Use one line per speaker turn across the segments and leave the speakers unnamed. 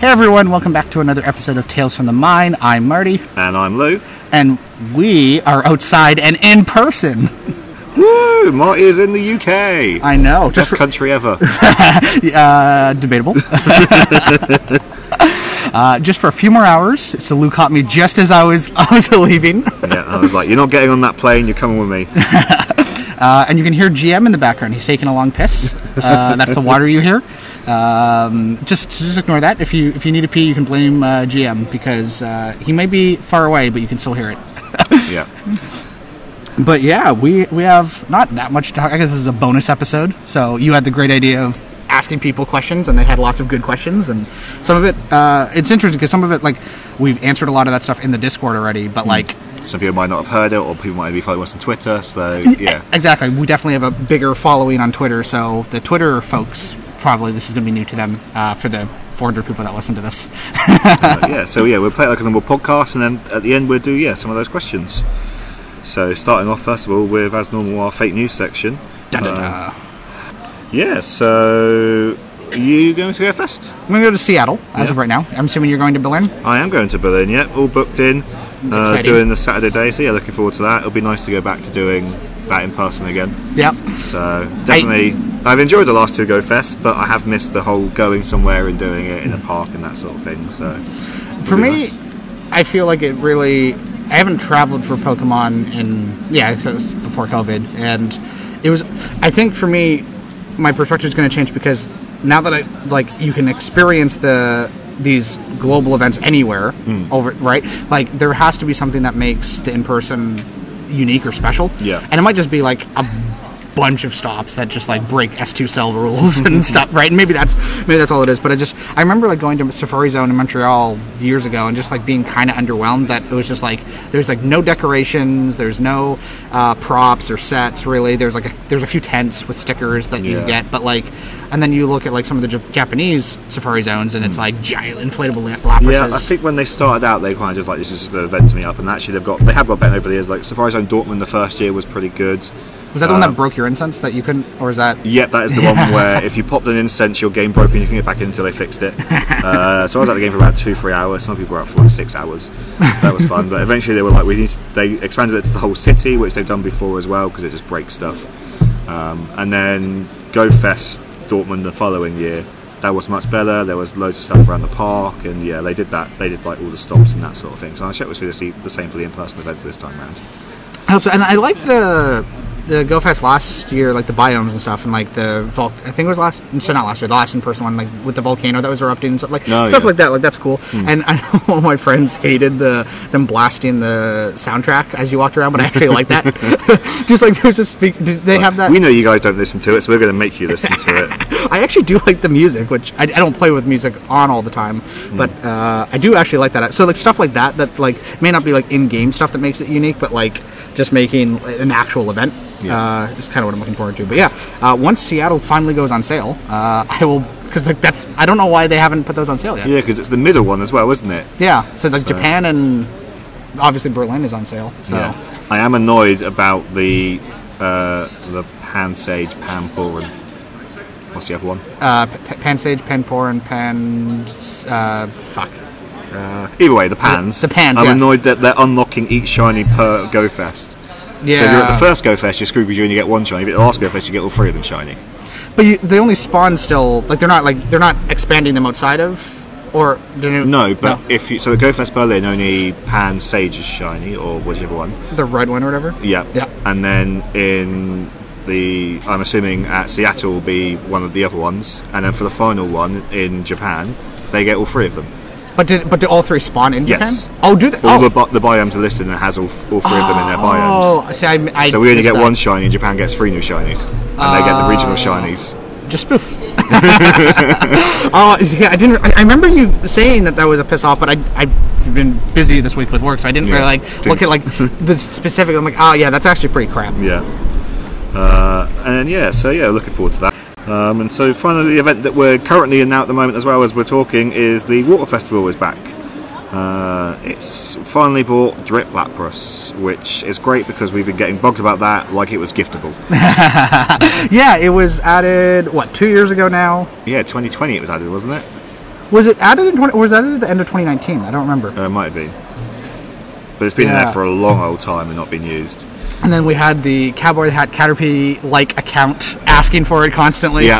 Hey everyone, welcome back to another episode of Tales from the Mine. I'm Marty,
And I'm Lou.
and we are outside and in person.
Woo! Marty is in the UK.
I know,
Best
just
country ever.
uh, debatable. uh, just for a few more hours, so Lou caught me just as I was I was leaving,
yeah, I was like, you're not getting on that plane, you're coming with me.
uh, and you can hear GM in the background. He's taking a long piss. Uh, that's the water you hear. Um, just just ignore that. If you if you need to pee, you can blame uh, GM because uh, he may be far away, but you can still hear it.
Yeah.
But yeah, we we have not that much to talk. I guess this is a bonus episode. So you had the great idea of asking people questions, and they had lots of good questions. And some of it, uh, it's interesting because some of it, like we've answered a lot of that stuff in the Discord already. But like,
Some people might not have heard it, or people might be following us on Twitter, so yeah.
exactly, we definitely have a bigger following on Twitter. So the Twitter folks probably this is going to be new to them uh, for the 400 people that listen to this.
Uh, yeah, so yeah, we'll play it like a normal podcast, and then at the end we'll do, yeah, some of those questions. So starting off, first of all, with, as normal, our fake news section.
Da, da,
Uh,
da.
yeah, so... Are you going to go first?
I'm gonna go to Seattle as
yeah.
of right now. I'm assuming you're going to Berlin.
I am going to Berlin, yeah, all booked in. Uh,
Exciting.
doing the Saturday day, so yeah, looking forward to that. It'll be nice to go back to doing that in person again.
Yep.
So definitely, I, have enjoyed the last two Go Fests, but I have missed the whole going somewhere and doing it in a park and that sort of thing. So
For
it'll be
me,
nice.
I feel like it really. I haven't traveled for Pokemon in yeah since before COVID, and it was. I think for me, my perspective is going to change because now that I like you can experience the these global events anywhere over right like there has to be something that makes the in person unique or special
Yeah.
and it might just be like a bunch of stops that just like break S2 cell rules and stuff, right? And maybe that's maybe that's all it is. But I just I remember like going to Safari Zone in Montreal years ago and just like being kind of underwhelmed that it was just like there's like no decorations, there's no uh, props or sets really. There's like a, there's a few tents with stickers that you
Yeah.
get, but like. And then you look at like some of the Jap- Japanese safari zones, and it's like giant inflatable la- lapises.
Mm. yeah, I think when they started out, they kind of just like this is the event to me up, and actually they've got they have got better over the years. Like Safari Zone Dortmund the first year was pretty good.
was that the one
uh,
that broke your incense that you couldn't, or is that?
Yep, that is the one where if you popped an incense, your game broke and you can get back in until they fixed it. Uh, so I was at the game for about two, three hours. Some people were out for like six hours. So that was fun. But eventually they were like, we need. They expanded it to the whole city, which they've done before as well because it just breaks stuff. Um, and then Go Fest Dortmund the following year. That was much better. There was loads of stuff around the park, and yeah, they did that. They did like all the stops and that sort of thing. So I checked was really the same for the in-person events this time round.
I hope so. And I like the the Go Fest last year, like the biomes and stuff, and like the vol. I think it was last. So not last year, the last in person one, like with the volcano that was erupting and stuff like
No,
stuff
Oh, yeah. Hmm.
like that. Like that's cool. And I know all my friends hated the them blasting the soundtrack as you walked around, but I actually like that. just like there was just speak. Did they have that?
We know you guys don't listen to it, so we're going to make you listen to it.
I actually do like the music, which I, I don't play with music on all the time, but
Mm.
uh, I do actually like that. So like stuff like that, that like may not be like in-game stuff that makes it unique, but like just making an actual event
Yeah.
uh, is kind of what I'm looking forward to. But yeah, uh, once Seattle finally goes on sale, uh, I will because like that's I don't know why they haven't put those on sale yet.
Yeah, because it's the middle one as well, isn't it?
Yeah, so like
So-
Japan and obviously Berlin is on sale. So
Yeah. I am annoyed about the uh, the Pan Sage, Pan Purin. What's the other one?
uh, P- P- Pansage, Panporin, Pan uh, fuck.
Either way, the Pans.
The Pans,
I'm
yeah.
annoyed that they're unlocking each shiny per Go Fest.
Yeah.
So if you're at the first Go Fest, you're screwed because you only get one shiny. If you're at the last Go Fest, you get all three of them shiny.
But you, they only spawn still. Like they're not like they're not expanding them outside of or do you-
No, but if you so at Go Fest Berlin, only Pan Sage is shiny or whichever one.
the red one or whatever.
Yeah.
Yeah.
And then in the, I'm assuming at Seattle will be one of the other ones, and then for the final one in Japan, they get all three of them.
But did but do all three spawn in Japan?
Yes.
Oh, do they?
All
oh,
the, bi- the biomes are listed and it has all, f- all three of them in their biomes.
oh, see, I, I
So we only
missed
get
that.
one shiny, and Japan gets three new shinies, and they
Ah.
get the regional shinies.
Just spoof. oh, see, I didn't. I, I remember you saying that that was a piss off, but I I've been busy this week with work, so I didn't
Yeah.
really like look at like the specific. I'm like, oh yeah, that's actually pretty crap.
Yeah. Uh, and yeah, so yeah, looking forward to that. Um, and so finally, the event that we're currently in now at the moment, as well as we're talking, is the Water Festival is back. Uh, it's finally bought Drip Lapras, which is great because we've been getting bugged about that like it was giftable.
Yeah, it was added what two years ago now.
yeah, 2020 it was added, wasn't it?
Was it added in 20, or was that at the end of 2019? I don't remember.
Uh, it might have been. But it's been in
Yeah.
there for a long old time and not been used.
And then we had the Cowboy Hat Caterpie like account asking for it constantly.
Yeah.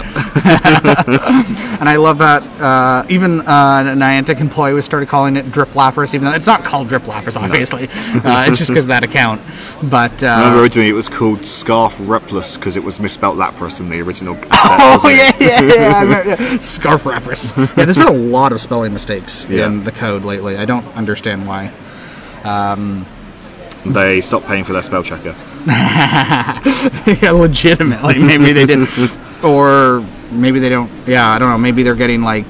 And I love that uh, even uh, a Niantic employee was started calling it Drip Lapras, even though it's not called Drip Lapras, obviously. uh, it's just because of that account. But uh,
I remember originally it was called Scarf Replus because it was misspelt Lapras in the original.
Oh yeah, yeah, yeah, I remember, yeah. Scarf wrappers. yeah, there's been a lot of spelling mistakes
Yeah.
in the code lately. I don't understand why.
They stopped paying for their spell checker.
yeah, legitimately, maybe they didn't, or maybe they don't. Yeah, I don't know. Maybe they're getting like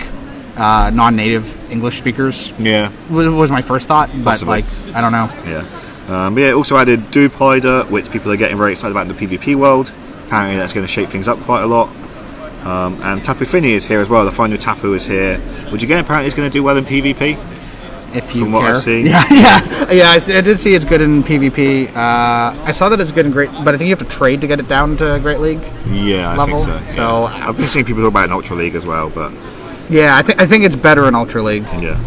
uh, non-native English speakers.
Yeah.
Was was my first thought, but
Possibly.
like I don't know.
Yeah. Um, but yeah, it also added Dupider, which people are getting very excited about in the PvP world. Apparently, that's going to shake things up quite a lot. Um, and Tapu Fini is here as well. The final Tapu is here, which again apparently is going to do well in PvP.
If you
From what
care.
I've seen.
yeah, yeah, yeah. I, s- I did see it's good in PvP. Uh, I saw that it's good in Great, but I think you have to trade to get it down to Great League.
Yeah, I
Level,
think so.
so- uh,
yeah. I've been seeing people talk about an Ultra League as well, but
Yeah, I think I think it's better in Ultra League.
yeah.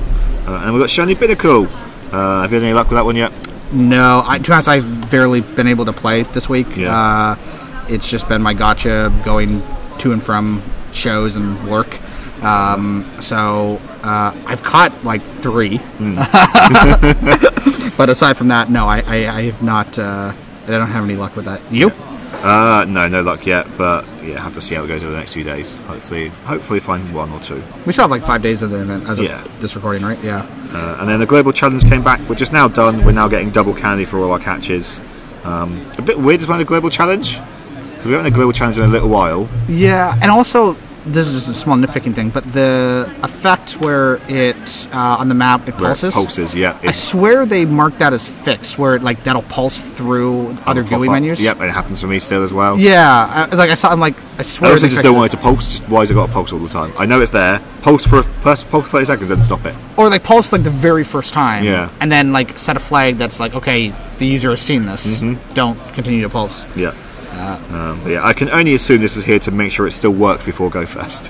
Uh, and we've got Shiny Pinnacle. Uh, have you had any luck with that one yet?
No, I, to be honest, I've barely been able to play it this week.
Yeah.
Uh, it's just been my gotcha going to and from shows and work. Um, so uh, I've caught like three, but aside from that, no, I, I, I have not. Uh, I don't have any luck with that. You?
Uh, no, no luck yet, but yeah, have to see how it goes over the next few days. Hopefully, hopefully find one or two.
We still have like five days of the event as
Yeah.
of this recording, right? Yeah.
Uh, and then the global challenge came back, which is now done. We're now getting double candy for all our catches. Um, a bit weird as well the global challenge because we haven't had a global challenge in a little while.
Yeah, and also this is just a small nitpicking thing, but the effect where it uh, on the map it
Where it
pulses.
pulses, yeah.
I
It's
swear they marked that as fixed, where it, like that'll pulse through other
pop
GUI
up.
menus.
Yep, and it happens for me still as well.
Yeah, I, like I saw. I'm like, I
I
swear.
also
they
just
fixed
don't
it.
want it to pulse. Just why has it got to pulse all the time? I know it's there. Pulse for a, pulse for thirty seconds and stop it.
Or they pulse like the very first time.
Yeah.
And then like set a flag that's like, okay, the user has seen this.
Mm-hmm.
Don't continue to pulse.
Yeah.
Ah.
Um, but yeah, I can only assume this is here to make sure it still works before go first.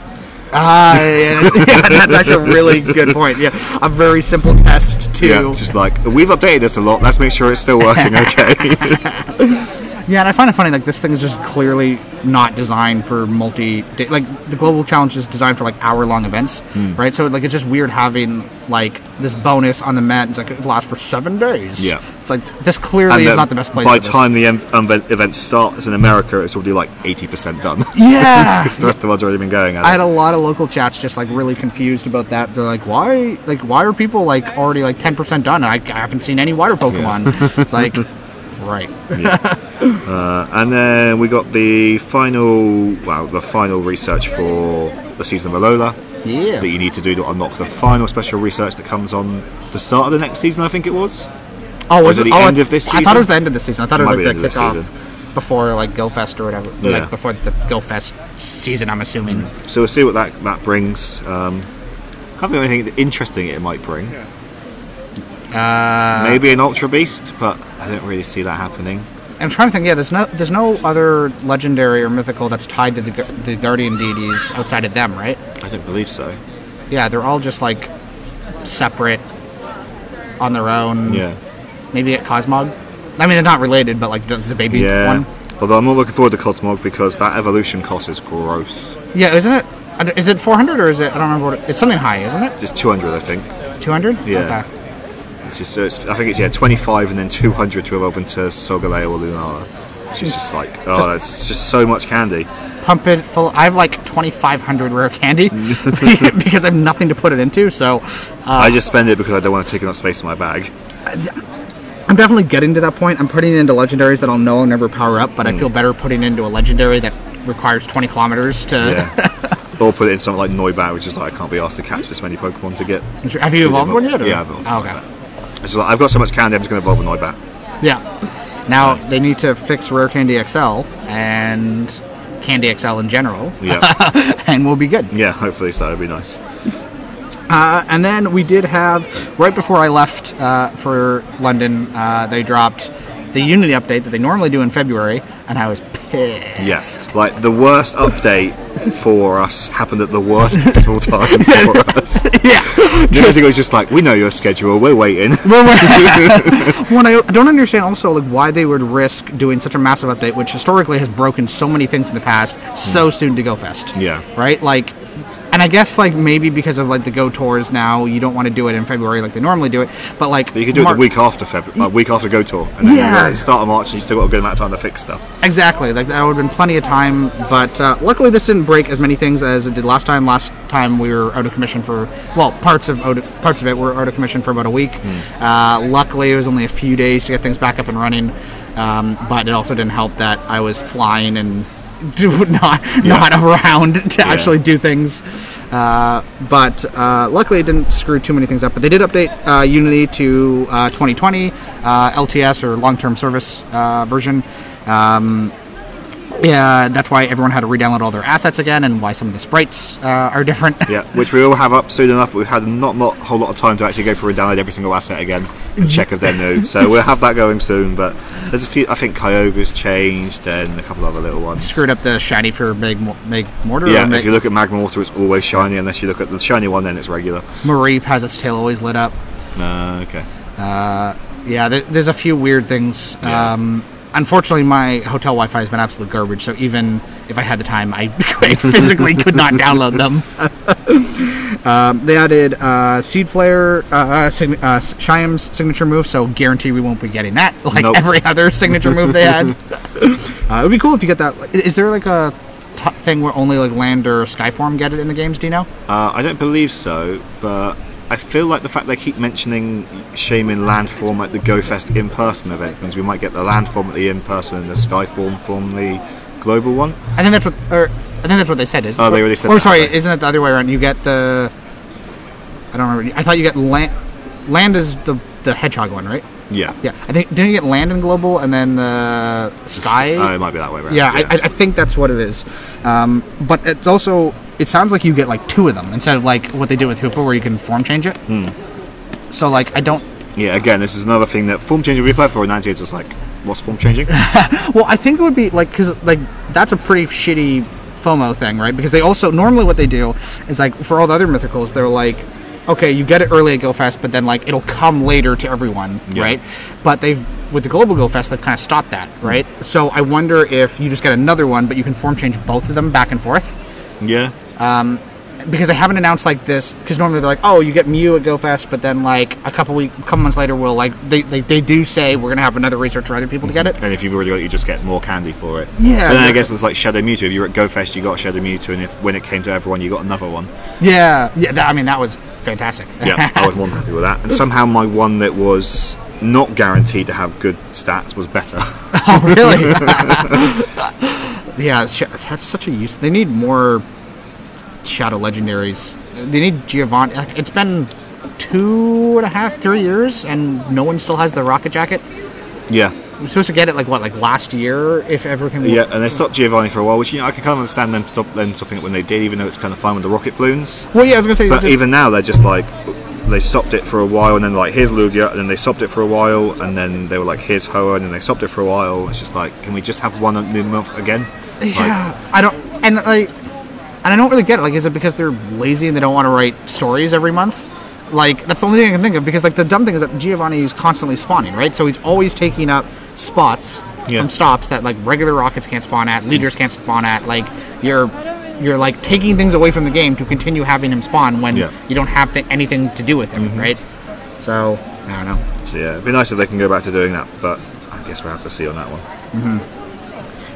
Ah, yeah, yeah, that's actually a really good point. Yeah, a very simple test to.
Yeah, just like we've updated this a lot. Let's make sure it's still working okay.
Yeah, and I find it funny. Like this thing is just clearly not designed for multi. Day, like the global challenge is designed for like hour long events,
Hmm.
right? So like it's just weird having like this bonus on the mat. It's like it lasts for seven days.
Yeah.
it's like this clearly
And
is
then
not the best place.
By
for
the
this.
time the em- um, event starts in America, it's already like 80% done.
yeah.
the rest of the world's already been going at
I had
it.
a lot of local chats just like really confused about that. They're like, why, like, why are people like already like ten percent done? I, I haven't seen any water Pokemon. it's like, right.
Uh, and then we got the final, well, the final research for the season of Alola
Yeah.
that you need to do to unlock the final special research that comes on the start of the next season, I think it was.
Oh,
Was it the
oh,
end of this
I thought
season?
it was the end of the season. I thought it was
Might be
like
the
the
end of this season.
kickoff before like GoFest or whatever.
Yeah. Mm-hmm.
Like before the GoFest season, I'm assuming.
So we'll see what that, that brings. Um, can't think of anything interesting it might bring. Uh, Maybe an Ultra Beast, but I don't really see that happening.
I'm trying to think. Yeah, there's no there's no other legendary or mythical that's tied to the gu- the guardian deities outside of them, right?
I don't believe so.
Yeah, they're all just like separate on their own.
Yeah.
Maybe at Cosmog. I mean, they're not related, but like the, the baby
Yeah.
one.
Although I'm not looking forward to Cosmog because that evolution cost is gross.
Yeah, isn't it? I don't- Is it 400 or is it? I don't remember what it, it's something high, isn't it?
Just 200, I think.
200?
Yeah.
Okay.
It's just, it's, I think it's yeah 25 and then 200 to evolve into Solgaleo or Lunala. She's just like, oh, that's just so much candy.
pump it full. I have like 2,500 rare candy because I have nothing to put it into. So uh,
I just spend it because I don't want to take enough space in my bag.
I'm definitely getting to that point. I'm putting it into legendaries that I'll know I'll never power up, but
Mm.
I feel better putting into a legendary that requires 20 kilometers to.
Yeah. or put it in something like Noibat, which is like, I can't be asked to catch this many Pokemon to get.
Have you evolved one yet? Or?
Yeah, I've evolved
Oh,
one
okay.
It's just like, I've got so much candy, I'm just going to evolve a Noibat.
Yeah. Now they need to fix Rare Candy XL and Candy XL in general,
Yeah,
and we'll be good.
yeah, hopefully so. It'd be nice.
Uh, and then we did have right before I left uh, for London, uh, they dropped the Unity update that they normally do in February, and I was pissed.
Yes, like the worst update for us happened at the worst possible time for us.
yeah.
The other thing was just like, we know your schedule, we're waiting.
Well, when I, I don't understand also like why they would risk doing such a massive update, which historically has broken so many things in the past, so soon to go fest.
Mm. Yeah.
Right. Like, and I guess like maybe because of like the go tours now, you don't want to do it in February like they normally do it. But like
But you can do it
Mar-
the week after February, like week after Go Tour, and then
Yeah.
you uh, start of March, and you still got a good amount of time to fix stuff.
Exactly. Like that would have been plenty of time, but uh, luckily this didn't break as many things as it did last time. Last time we were out of commission for well, parts of out, parts of it were out of commission for about a week. Uh, luckily, it was only a few days to get things back up and running. Um, but it also didn't help that I was flying and do not not around to
Yeah.
actually do things. Uh, but uh, luckily, it didn't screw too many things up. But they did update uh, Unity to uh, 2020 uh, LTS or long-term service uh, version. Um, Yeah, that's why everyone had to re-download all their assets again, and why some of the sprites uh, are different.
Yeah, which we will have up soon enough. But we've had not not a whole lot of time to actually go through and download every single asset again and check if they're new. So we'll have that going soon. But there's a few. I think Kyogre's changed, and a couple other little ones.
Screwed up the shiny for Meg, Mo- Meg Mortar. or
yeah,
Meg-
if you look at Magmortar, it's always shiny. Unless you look at the shiny one, then it's regular.
Marie has its tail always lit up.
Uh, okay.
Yeah, there, there's a few weird things.
Yeah.
Um, unfortunately, my hotel Wi-Fi has been absolute garbage. So even if I had the time, I, I physically could not download them. um, they added uh, Seed Flare, uh, uh, sig- uh, Shyam's signature move. So guarantee we won't be getting that. Like
Nope.
every other signature move they had. uh, it would be cool if you get that. I- Is there like a t- thing where only like Land or Skyform get it in the games? Do you know?
Uh, I don't believe so, but I feel like the fact they keep mentioning Shaman Landform at the GoFest in person event means we might get the Landform at the in person and the Skyform from the global one.
I think that's what, or I think that's what they said. Is
Oh, they already said
Or
that,
sorry,
okay.
isn't it the other way around? You get the, I don't remember. I thought you get land. Land is the the hedgehog one, right?
Yeah.
Yeah, I think didn't you get land and global and then the sky?
Oh, it might be that way around.
yeah, I I, I think that's what it is. Um, but it's also it sounds like you get like two of them instead of like what they did with Hoopa, where you can form change it.
Hmm.
So like I don't.
Yeah, again, this is another thing that form changing we played for in 98 is just like, what's form changing?
Well, I think it would be like because like that's a pretty shitty FOMO thing, right? Because they also normally what they do is like for all the other mythicals, they're like, okay, you get it early at Go Fest, but then like it'll come later to everyone,
Yeah.
right? But they've with the global Go Fest, they've kind of stopped that, right? So I wonder if you just get another one, but you can form change both of them back and forth
yeah.
because they haven't announced like this because normally they're like oh you get Mew at GoFest but then like a couple week couple months later we'll like they, they, they do say we're gonna have another research for other people to get it
And if you've already got it, you just get more candy for it.
Yeah,
And then
yeah.
I guess it's like Shadow Mewtwo. If you were at GoFest, you got Shadow Mewtwo, and if when it came to everyone, you got another one.
yeah yeah that, I mean that was fantastic
yeah, I was more than happy with that. And somehow my one that was not guaranteed to have good stats was better.
Oh, really? yeah, it's sh- that's such a use. They need more Shadow Legendaries. They need Giovanni. It's been two and a half, three years, and no one still has the Rocket Jacket.
yeah.
We're supposed to get it like what, like last year, if everything.
Yeah, and they stopped Giovanni for a while, which you know I can kind of understand them stop them stopping it when they did, even though it's kind of fine with the rocket balloons.
Well, yeah, I was gonna say.
But
just-
even now they're just like they stopped it for a while, and then like here's Lugia, and then they stopped it for a while, and then they were like here's Hoa, and then they stopped it for a while. It's just like can we just have one new month again? Like,
yeah, I don't, and like, and I don't really get it. Like, is it because they're lazy and they don't want to write stories every month? Like, that's the only thing I can think of. Because like the dumb thing is that Giovanni is constantly spawning, right? So he's always taking up spots
Yeah.
from stops that like regular rockets can't spawn at, leaders can't spawn at. Like, you're you're like taking things away from the game to continue having him spawn when
Yeah. Mm-hmm.
you don't have th- anything to do with him, right? So I don't know.
so yeah, it'd be nice if they can go back to doing that, but I guess we'll have to see on that one.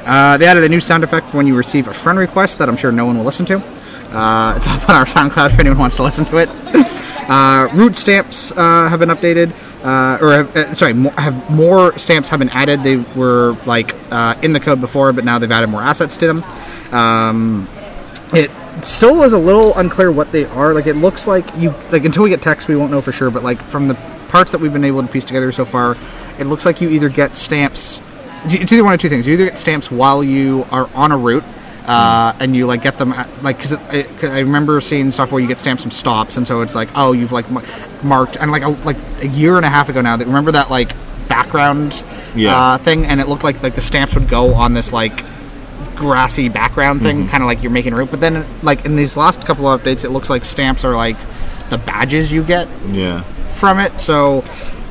Uh, they added a new sound effect for when you receive a friend request that I'm sure no one will listen to. Uh, it's up on our SoundCloud if anyone wants to listen to it. Uh, root stamps uh, have been updated, uh, or have, uh, sorry, more, have more stamps have been added. They were like uh, in the code before, but now they've added more assets to them. Um, it still is a little unclear what they are. Like it looks like you like until we get text, we won't know for sure. But like from the parts that we've been able to piece together so far, it looks like you either get stamps. It's either one of two things. You either get stamps while you are on a route. Uh, and you like get them at, like because I, 'cause I remember seeing stuff where you get stamps from stops and so it's like oh you've like mar- marked and like a, like a year and a half ago now that remember that like background
Yeah.
uh, thing, and it looked like like the stamps would go on this like grassy background thing, kind of like you're making route. But then, like in these last couple of updates, it looks like stamps are like the badges you get
Yeah.
from it. So,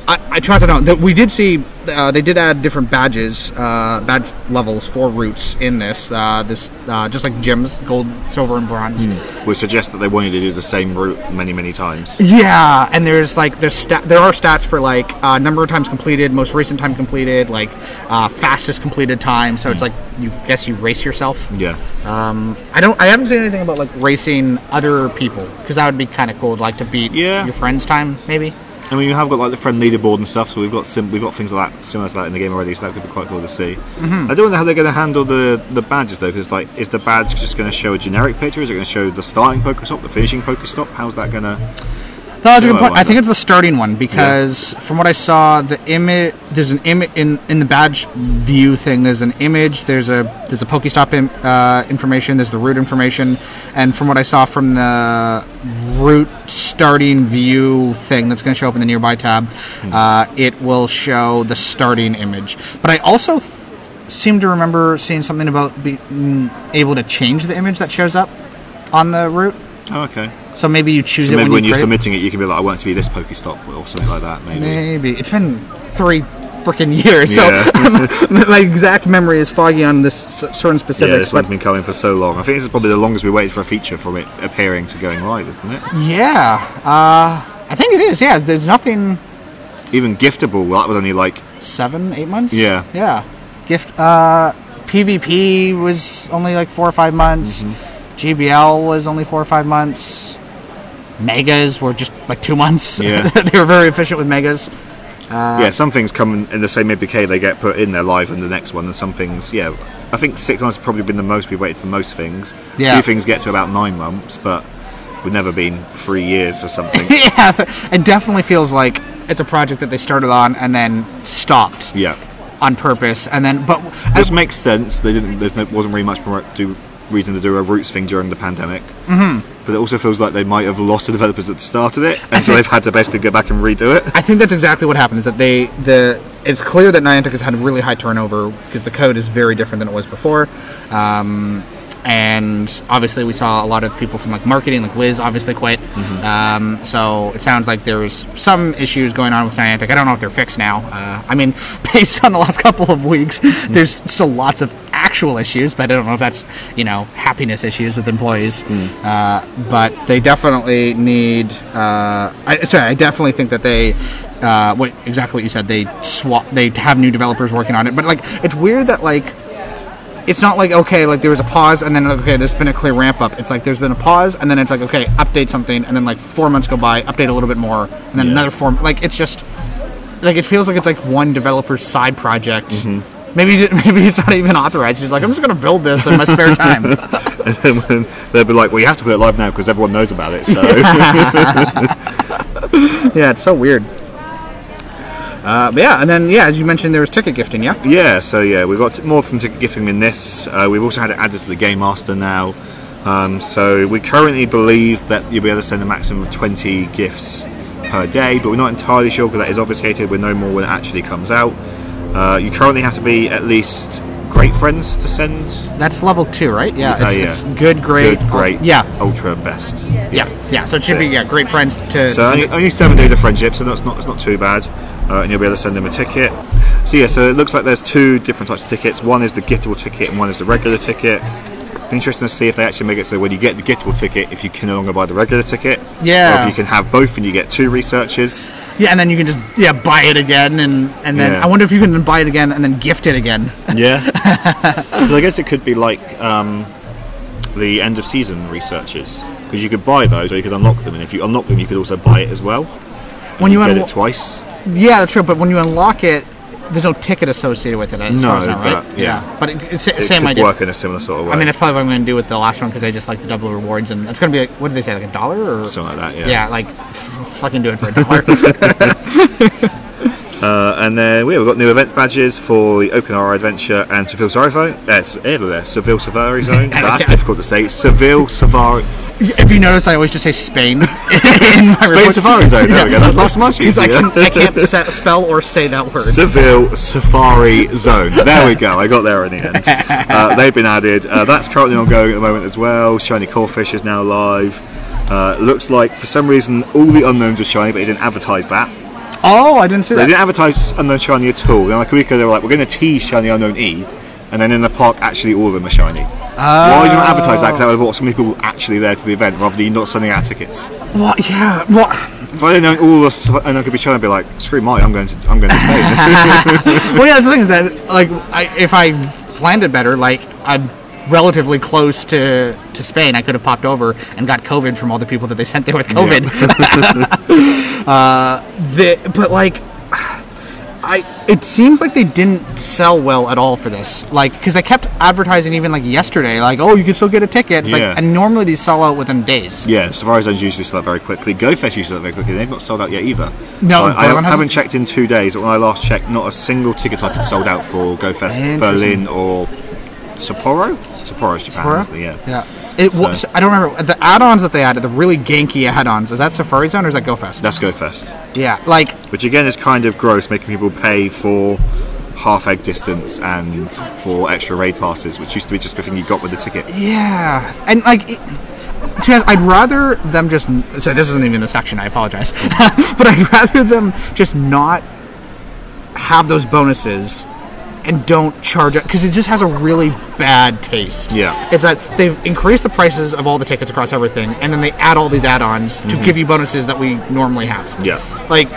I, I to be honest, I don't. Th- We did see uh, they did add different badges, uh, badge levels for routes in this. Uh, this uh, just like gems, gold, silver, and bronze.
Would suggest that they wanted to do the same route many, many times.
Yeah, and there's like there's sta- there are stats for like uh, number of times completed, most recent time completed, like uh, fastest completed time. So it's like you guess you race yourself.
Yeah.
I don't. I haven't seen anything about like racing other people because that would be kind of cool. Like to beat
Yeah.
your friend's time, maybe.
I mean, you have got like the friend leaderboard and stuff, so we've got sim- we've got things like that similar to that in the game already. So that could be quite cool to see.
Mm-hmm.
I do wonder how they're going to handle the the badges though, because like, is the badge just going to show a generic picture? Is it going to show the starting Pokestop, the finishing Pokestop? How's that going to?
No, that's a
Yeah,
good
I
point. I
wonder.
think it's the starting one because from what I saw, the image there's an image in in the badge view thing. There's an image. There's a there's a Pokestop Im- uh, information. There's the route information, and from what I saw from the route starting view thing that's going to show up in the nearby tab,
Hmm.
uh, it will show the starting image. But I also th- seem to remember seeing something about being able to change the image that shows up on the route.
Oh, okay.
So maybe you choose
So
it
maybe
when,
when
you
you're
create-
submitting it, you can be like, I want it to be this Pokestop or something like that. Maybe.
Maybe it's been three freaking years, so
Yeah.
my- my exact memory is foggy on this s- certain
Yeah,
specifics.
this one's
but
been coming for so long. I think this is probably the longest we waited for a feature from it appearing to going live, isn't it?
yeah, uh, I think it is. Yeah, there's nothing
Even giftable, well, that was only like
seven, eight months.
Yeah.
yeah. Gift uh, PvP was only like four or five months.
Mm-hmm.
GBL was only four or five months. Megas were just like two months.
Yeah.
they were very efficient with megas.
yeah, some things come in- in the same APK, they get put in there live in the next one, and some things, yeah. I think six months has probably been the most we've waited for most things.
Yeah.
Few things get to about nine months, but we've never been three years for something.
yeah, it definitely feels like it's a project that they started on and then stopped.
yeah. Um,
on purpose, and then but
Which makes sense. They didn't. There's no, wasn't really much more do, reason to do a roots thing during the pandemic. Mm-hmm. But it also feels like they might have lost the developers that started it, and so they've had to basically go back and redo it.
I think that's exactly what happened. Is that they the it's clear that Niantic has had really high turnover because the code is very different than it was before, um, and obviously we saw a lot of people from like marketing, like Liz obviously quit. Um, so it sounds like there's some issues going on with Niantic. I don't know if they're fixed now. Uh, I mean, based on the last couple of weeks, there's still lots of actual issues, but I don't know if that's you know happiness issues with employees. Uh, but they definitely need. Uh, I, sorry, I definitely think that they. Uh, what exactly what you said? They swap. They have new developers working on it, but like it's weird that like it's not like okay, like there was a pause and then like, okay, there's been a clear ramp up. It's like there's been a pause and then it's like okay, update something, and then like four months go by, update a little bit more, and then
Yeah.
another four. Like it's just like it feels like it's like one developer's side project.
Mm-hmm.
Maybe maybe it's not even authorized. He's like, I'm just gonna build this in my spare time.
and they'd be like, "Well, you have to put it live now because everyone knows about it." So
yeah, it's so weird. Uh, but yeah, and then yeah, as you mentioned, there was ticket gifting. Yeah,
yeah, so yeah, we've got more from ticket gifting in this. Uh, we've also had it added to the game master now. Um, so we currently believe that you'll be able to send a maximum of 20 gifts per day, but we're not entirely sure because that is obfuscated. We know more when it actually comes out. Uh, you currently have to be at least great friends to send.
that's level two, right? Yeah,
Uh,
it's,
yeah.
it's good, great,
Good, great,
Yeah,
ultra, best.
yeah, yeah. So it should be yeah, great friends to.
So only, only seven days of friendship, so that's not it's not too bad, uh, and you'll be able to send them a ticket. So yeah, so it looks like there's two different types of tickets. One is the giftable ticket, and one is the regular ticket. Be interesting to see if they actually make it so when you get the giftable ticket, if you can no longer buy the regular ticket, or
Yeah.
if you can have both and you get two researches.
Yeah, and then you can just yeah buy it again, and and then
Yeah.
I wonder if you can buy it again and then gift it again.
Yeah, I guess it could be like um, the end of season researches because you could buy those or you could unlock them, and if you unlock them, you could also buy it as well.
When you
get
unlo-
it twice.
yeah, that's true. But when you unlock it, there's no ticket associated with it. As
No,
far as I know, right?
but, yeah.
but it, it's the
It
same
could
idea.
work in a similar sort of way.
I mean, that's probably what I'm going to do with the last one because I just like the double rewards, and it's going to be like what did they say, like a
uh,
dollar or
Something like that, yeah.
yeah, like f- fucking do it for a dollar.
Uh, and then yeah, we've got new event badges for the Open Air Adventure and Seville Safari. Uh, everywhere, Seville Safari Zone. That's difficult to say. Seville Safari.
If you notice, I always just say Spain. in my
Spain
report.
Safari Zone. There we go. That's, that's much
Because I,
easier.
can, I can't se- spell or say that word.
Seville Safari Zone. There we go. I got there in the end. Uh, they've been added. Uh, that's currently ongoing at the moment as well. Shiny Corefish is now live. Uh, looks like for some reason all the unknowns are shiny, but they didn't advertise that.
oh, I didn't see
They
that.
didn't advertise unknown shiny at all. Then like a week ago, they were like, "We're going to tease shiny unknown E," and then in the park, actually all of them are shiny. Why did you not advertise that? Because that would have brought so many people actually there to the event rather than you not sending out tickets.
What? Yeah. What?
If I had known all the stuff unknown could be shiny, I'd be like, "Screw my, I'm going to, I'm going to pay."
well, yeah, that's the thing is that like I, if I landed better, like I'm relatively close to to Spain, I could have popped over and got COVID from all the people that they sent there with COVID. uh, the, but like. I, it seems like they didn't sell well at all for this, like because they kept advertising even like yesterday, like oh you can still get a ticket, it's
Yeah.
like and normally these sell out within days.
Yeah, Safari Zone's usually sold out very quickly. GoFest usually sold out very quickly. They've not sold out yet either.
No, Berlin
Like, I haven't,
hasn't-
haven't checked in two days, but when I last checked, not a single ticket type had sold out for GoFest
Interesting.
Berlin or Sapporo. Sapporo's Japan,
Sapporo?
isn't it? Yeah.
It was I don't remember the add-ons that they added, the really ganky add-ons. Is that Safari Zone or is that GoFest?
That's GoFest,
yeah, like
which again is kind of gross, making people pay for half egg distance and for extra raid passes, which used to be just the thing you got with the ticket.
Yeah, and like, it, to be honest, I'd rather them just. So this isn't even the section. I apologize, but I'd rather them just not have those bonuses and don't charge it because it just has a really bad taste.
Yeah.
it's that they've increased the prices of all the tickets across everything, and then they add all these add-ons to give you bonuses that we normally have.
Mm-hmm. Yeah.
like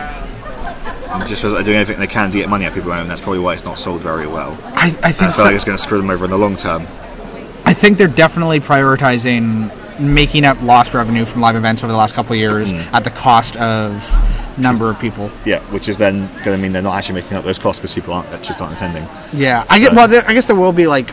It just feels like they're doing everything they can to get money out of people, and that's probably why it's not sold very well.
I, I
I
think
feel
so.
like it's going to screw them over in the long term.
I think they're definitely prioritizing making up lost revenue from live events over the last couple of years at the cost of number of people.
Yeah, which is then going to mean they're not actually making up those costs because people aren't just aren't attending. At
Yeah, I get. Well, there, I guess there will be like,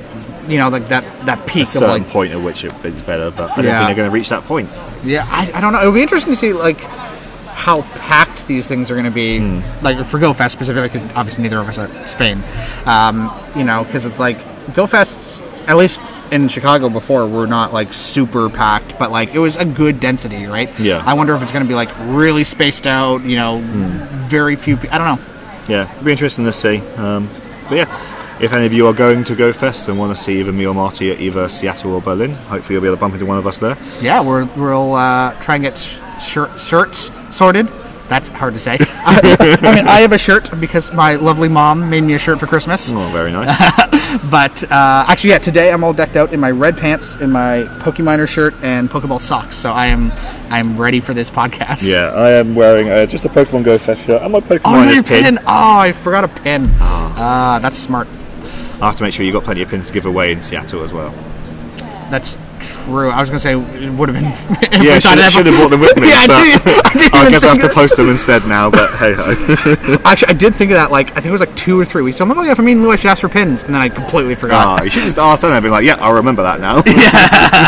you know, like that that peak
a
of
certain
like.
point at which it is better, but I don't
Yeah.
think they're going to reach that point.
Yeah, I, I don't know. It'll be interesting to see like how packed these things are going to be. Like for GoFest specifically, because obviously neither of us are Spain. Um, you know, because it's like GoFests at least. In Chicago before, were not like super packed, but like it was a good density, right?
Yeah.
I wonder if it's going to be like really spaced out, you know, very few. Pe- I don't know.
Yeah, it'll be interesting to see. Um, but yeah, if any of you are going to GoFest and want to see either me or Marty at either Seattle or Berlin, hopefully you'll be able to bump into one of us there.
Yeah, we're, we'll uh, try and get sh- shir- shirts sorted. That's hard to say. I, I mean, I have a shirt because my lovely mom made me a shirt for Christmas.
Oh, very nice.
But uh, actually, yeah, today I'm all decked out in my red pants, in my Pokeminer shirt, and Pokeball socks. So I am I am ready for this podcast.
yeah, I am wearing uh, just a Pokemon Go Fest shirt and my Pokemon
Oh,
is
your
pin. Oh.
pin. Oh, I forgot a pin. Ah, that's smart.
I have to make sure you got plenty of pins to give away in Seattle as well.
That's true. I was gonna say it would have been. if
Yeah,
we
I
thought
should,
it
should
ever-
have brought them with me.
yeah, I,
but
did, I didn't
I
even
guess I
think
have to
of-
post them instead now, but hey ho.
Actually, I did think of that. Like, I think it was like two or three weeks. So I'm like, oh yeah, for me and Lou, I should ask for pins, and then I completely forgot.
Ah, you should just ask them. I'd be like, yeah, I remember that now.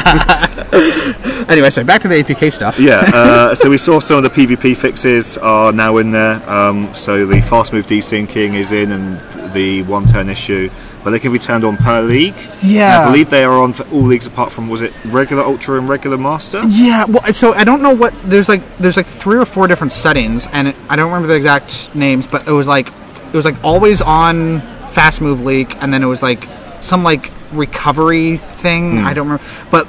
Oh.
Anyway, so back to the APK stuff.
yeah. Uh, so we saw some of the PvP fixes are now in there. Um, so the fast move desyncing is in, and the one turn issue, but they can be turned on per league.
Yeah.
And I believe they are on for all leagues apart from was it regular ultra and regular master.
Yeah, well, so I don't know what there's like. There's like three or four different settings, and it, I don't remember the exact names, but it was like it was like always on fast move leak, and then it was like some like recovery thing.
Hmm.
I don't remember, but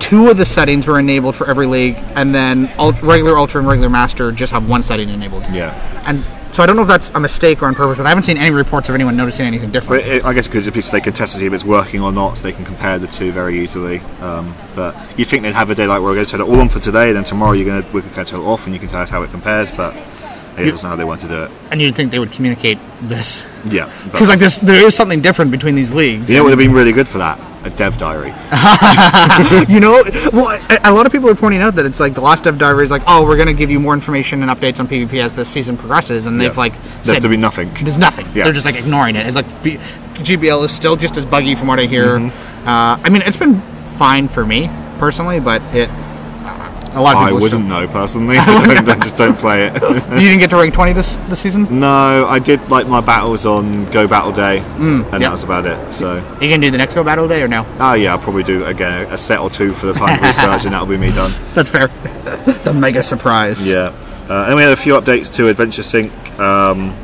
two of the settings were enabled for every league, and then ul- regular ultra and regular master just have one setting enabled.
Yeah.
and so I don't know if that's a mistake or on purpose, but I haven't seen any reports of anyone noticing anything different.
But it, I guess it could just be so they can test to see if it's working or not, so they can compare the two very easily. Um, but you'd think they'd have a day like where we're going to turn it all on for today, then tomorrow you're going to we can kind of turn it off and you can tell us how it compares. But I guess that's not how they want to do it.
and you'd think they would communicate this
Yeah. but-
because like this, there is something different between these leagues.
You know, it would have been really good for that a dev diary.
You know, well, a- a lot of people are pointing out that it's like the last dev diver is like, oh, we're going to give you more information and updates on PvP as the season progresses, and they've
Yeah.
like
There'd
said
be nothing.
There's nothing.
Yeah.
They're just like ignoring it. It's like B- GBL is still just as buggy from what I
Mm-hmm.
hear. Uh, I mean, it's been fine for me personally, but it A lot of
I
people. still-
wouldn't know personally. I, don't, I just don't play it.
You didn't get to rank 20 this this season.
No, I did like my battles on Go Battle Day, and
Mm, yeah.
that was about it. So,
Are you gonna do the next go battle day or no?
oh yeah, I'll probably do again a set or two for the time of research, and that'll be me done.
That's fair. the mega surprise.
Yeah. Uh, and we had a few updates to Adventure Sync. Um,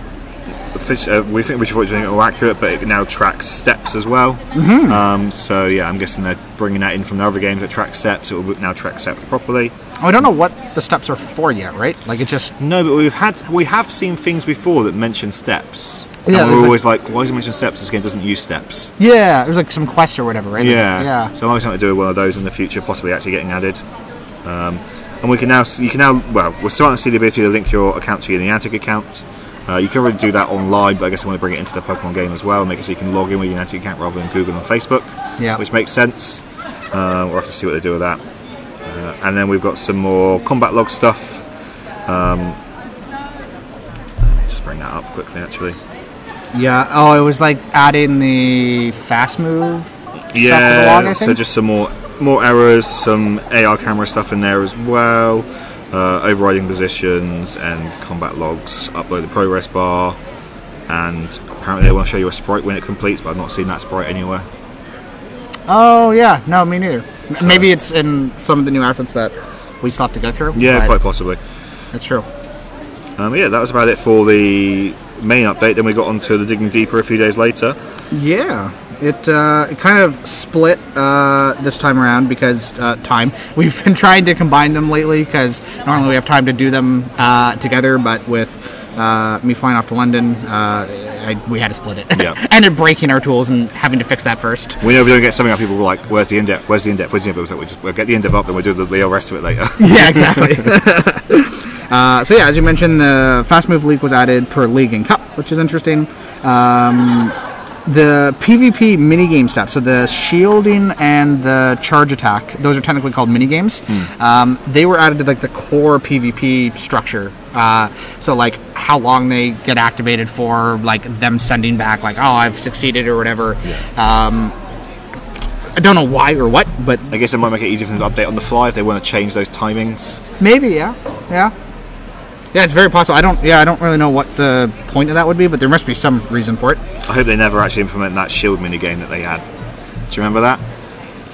fish, uh, we think Witcher Fortune are accurate, but it now tracks steps as well. Mm-hmm. Um, so yeah, I'm guessing they're bringing that in from the other games that track steps. It will now track steps properly.
Oh, I don't know what the steps are for yet, right? Like it just
No, but we've had we have seen things before that mention steps.
Yeah,
and we're
that's
always like, why does it mention steps? This game doesn't use steps.
yeah, it was like some quest or whatever, right?
Yeah.
yeah.
So I'm always going to do one of those in the future, possibly actually getting added. Um, and we can now, you can now, well, we're starting to see the ability to link your account to your Niantic account. Uh, you can already do that online, but I guess I want to bring it into the Pokemon game as well, and make it so you can log in with your Niantic account rather than Google and Facebook.
Yeah.
Which makes sense. Uh, we'll have to see what they do with that. Uh, and then we've got some more combat log stuff. Um, let me just bring that up quickly, actually.
Yeah. Oh, it was like adding the fast move. stuff to the log, I
Yeah, so
think?
just some more more errors, some AR camera stuff in there as well, uh, overriding positions and combat logs, upload the progress bar, and apparently they want to show you a sprite when it completes, but I've not seen that sprite anywhere.
Oh yeah. No, me neither. M- Maybe it's in some of the new assets that we still have to go through.
Yeah,
but
quite possibly.
That's true.
Um, yeah, that was about it for the main update. Then we got onto the digging deeper a few days later.
Yeah, it uh, it kind of split uh, this time around because uh, time. We've been trying to combine them lately because normally we have time to do them uh, together, but with uh, me flying off to London, uh, I, we had to split it.
Yeah.
and it breaking our tools and having to fix that first.
We know if we don't get something up, people were like, "Where's the in depth? Where's the in depth? Where's the in depth?" Like, we just we'll get the in depth up, then we'll do the, the rest of it later.
yeah, exactly. uh, so yeah, as you mentioned, the fast move league was added per league and cup, which is interesting. Um, the PvP minigame stats, so the shielding and the charge attack, those are technically called minigames. Um, they were added to like the core PvP structure. Uh, so like how long they get activated for, like them sending back like, oh, I've succeeded or whatever. Um, I don't know why or what, but
I guess it might make it easier for them to update on the fly if they want to change those timings.
Maybe, yeah, yeah, yeah. It's very possible. I don't, yeah, I don't really know what the point of that would be, but there must be some reason for it.
I hope they never actually implement that shield minigame that they had. Do you remember that?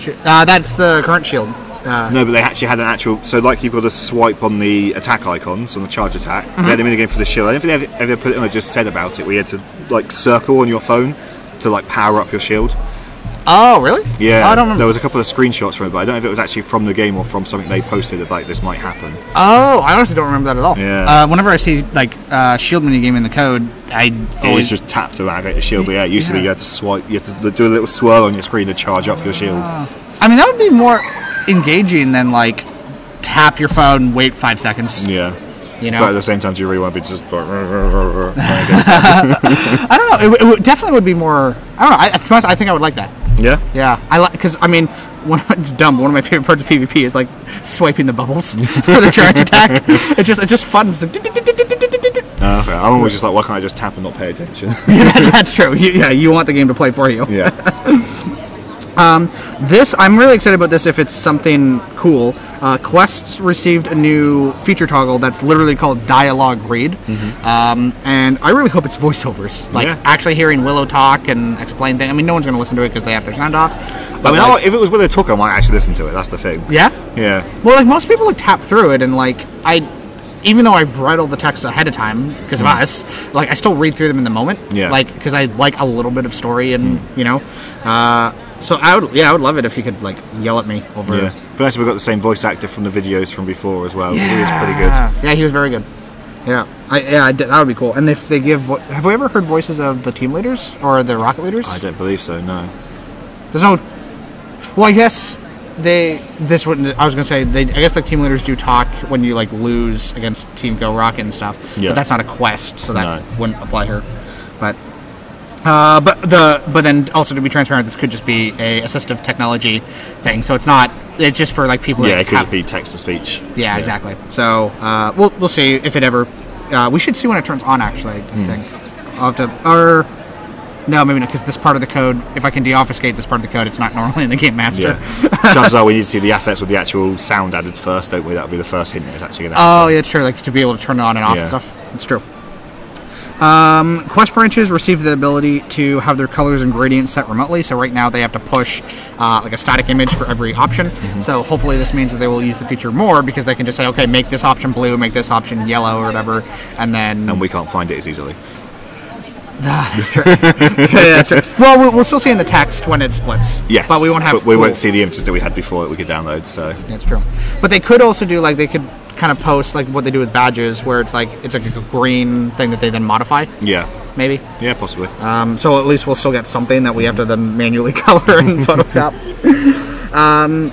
Sh- Uh, that's the current shield. Uh,
No, but they actually had an actual. So, like, you've got to swipe on the attack icons on the charge attack.
Mm-hmm.
They had a minigame for the shield. I don't think they ever, ever put it on. I just said about it. We had to like circle on your phone to like power up your shield.
oh, really?
Yeah,
Oh, I don't remember.
there was a couple of screenshots from it, but I don't know if it was actually from the game or from something they posted that like this might happen.
Oh, I honestly don't remember that at all.
Yeah.
Uh, whenever I see like uh, shield minigame in the code, I
Always
always
just tapped to activate the shield, but yeah, it used to be
Yeah.
you had to swipe, you had to do a little swirl on your screen to charge up your shield.
I mean, that would be more engaging than like tap your phone, wait five seconds.
Yeah.
You know,
But at the same time, do you really want to be just like,
I don't know. It, w- it would- definitely would be more. I don't know. I, to be honest, I think I would like that.
yeah?
Yeah, I like because I mean, one it's dumb. but One of my favorite parts of PvP is like swiping the bubbles for the charge attack. It's just it's just fun. It's like,
Oh, okay. I'm always just like, why can't I just tap and not pay attention?
That's true. You, yeah, you want the game to play for you.
yeah.
This I'm really excited about. This if it's something cool. Uh, Quests received a new feature toggle that's literally called Dialogue Read, um, and I really hope it's voiceovers. Like
Mm-hmm. Yeah.
actually hearing Willow talk and explain things. I mean, no one's going to listen to it because they have their sound off.
I
But
mean,
like-
I'll- if it was with a talker, I might actually listen to it. That's the thing.
yeah,
Yeah.
Well, like most people, like tap through it, and like I, even though I've read all the text ahead of time because of us, like I still read through them in the moment.
Mm. Yeah. Mm.
Like because I like a little bit of story, and you know, uh, so I would, yeah, I would love it if you could like yell at me over.
Yeah. But actually, we got the same voice actor from the videos from before as well. He was pretty
Yeah.
good.
Yeah, he was very good. Yeah, I, yeah, I did- that would be cool. And if they give, vo- have we ever heard voices of the team leaders or the rocket leaders?
I don't believe so. No.
There's no. Well, I guess they. This wouldn't. I was gonna say they. I guess the team leaders do talk when you like lose against Team Go Rocket and stuff.
Yeah.
But that's not a quest, so that
No.
wouldn't apply here. But. Uh, but the but then also to be transparent, this could just be a assistive technology thing. So it's not. It's just for like people.
Yeah,
that
it could
have-
just be text to speech.
yeah, exactly. So uh, we'll we'll see
Hmm.
if it ever. Uh, we should see when it turns on. Actually, I think I'll have to. Or no, maybe not, because this part of the code, if I can deobfuscate this part of the code, it's not normally in the game master.
Yeah. Chances are we need to see the assets with the actual sound added first, don't we? That'll be the first hint that it's actually going to
Oh, yeah, sure. Like to be able to turn it on and off
Yeah.
and stuff. It's true. Um, quest branches receive the ability to have their colors and gradients set remotely. So right now they have to push uh, like a static image for every option.
Mm-hmm.
So hopefully this means that they will use the feature more because they can just say, okay, make this option blue, make this option yellow or whatever, and then
And we can't find it as easily.
Yeah, that's true. Well, we'll- we'll still see in the text when it splits.
Yes.
but we won't have.
But we
cool.
won't see the images that we had before that we could download. So
That's true. But they could also do like they could kind of post like what they do with badges, where it's like it's like a green thing that they then modify,
yeah,
maybe.
yeah, possibly.
Um, so at least we'll still get something that we have to then manually color in Photoshop. um,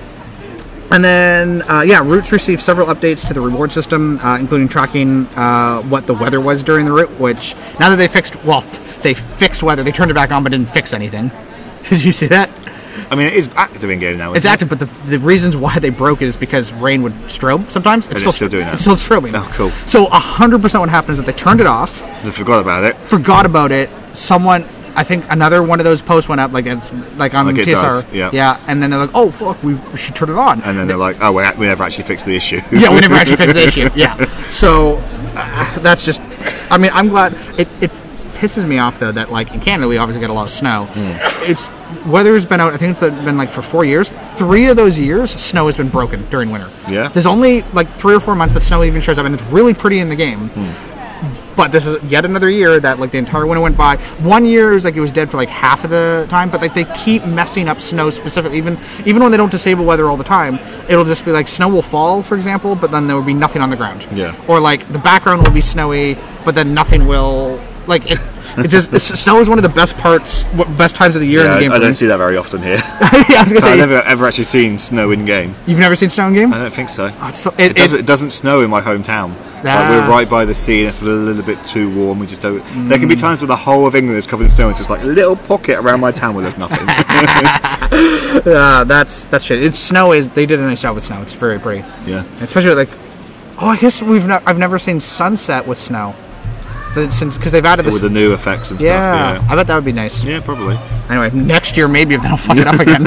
and then, uh, yeah, Roots received several updates to the reward system, uh, including tracking uh, what the weather was during the route, which now that they fixed, well, they fixed weather, they turned it back on but didn't fix anything. Did you see that?
I mean, it is active in game now. Isn't
It's
it?
active, but the, the reasons why they broke it is because rain would strobe sometimes. It's
it's
still
still doing that.
It's still strobing.
Oh, cool.
So 100% what happened is that they turned it off,
I forgot about it.
forgot about it. Someone, I think another one of those posts went up, like it's like on
Like it
TSR.
does, yeah.
and then they're like, oh, fuck, we, we should turn it on.
And then they're like, oh, we, we never actually fixed the issue.
yeah, we never actually fixed the issue. Yeah. So uh, that's just, I mean, I'm glad. It, it pisses me off, though, that like in Canada, we obviously get a lot of snow. It's, weather's been out, I think it's been like for four years. Three of those years, snow has been broken during winter.
Yeah.
There's only like three or four months that snow even shows up, and it's really pretty in the game. But this is yet another year that like the entire winter went by. One year it was like it was dead for like half of the time, but like they keep messing up snow specifically. Even even when they don't disable weather all the time, it'll just be like snow will fall, for example, but then there will be nothing on the ground.
Yeah.
Or like the background will be snowy, but then nothing will like it. It just it's- snow is one of the best parts, w- best times of the year
Yeah,
in the game.
I, I
for me.
don't see that very often here.
yeah, I was gonna say
I've never Uh, ever actually seen snow in game.
you've never seen snow in game.
I don't think so.
it's so- it-
it, doesn't, it doesn't snow in my hometown. Like,
Ah.
we're right by the sea, and it's a little, little bit too warm. We just don't. There
Mm.
can be times where the whole of England is covered in snow. It's just like a little pocket around my town where there's nothing.
Uh, that's that's shit. It's snow is they did a nice job with snow. It's very pretty.
yeah.
especially like oh i guess we've not i've never seen sunset with snow The- since because they've added this
With the new effects and
yeah,
stuff.
i bet that would be nice
Yeah. Yeah, probably.
anyway next year maybe if they don't fuck it up again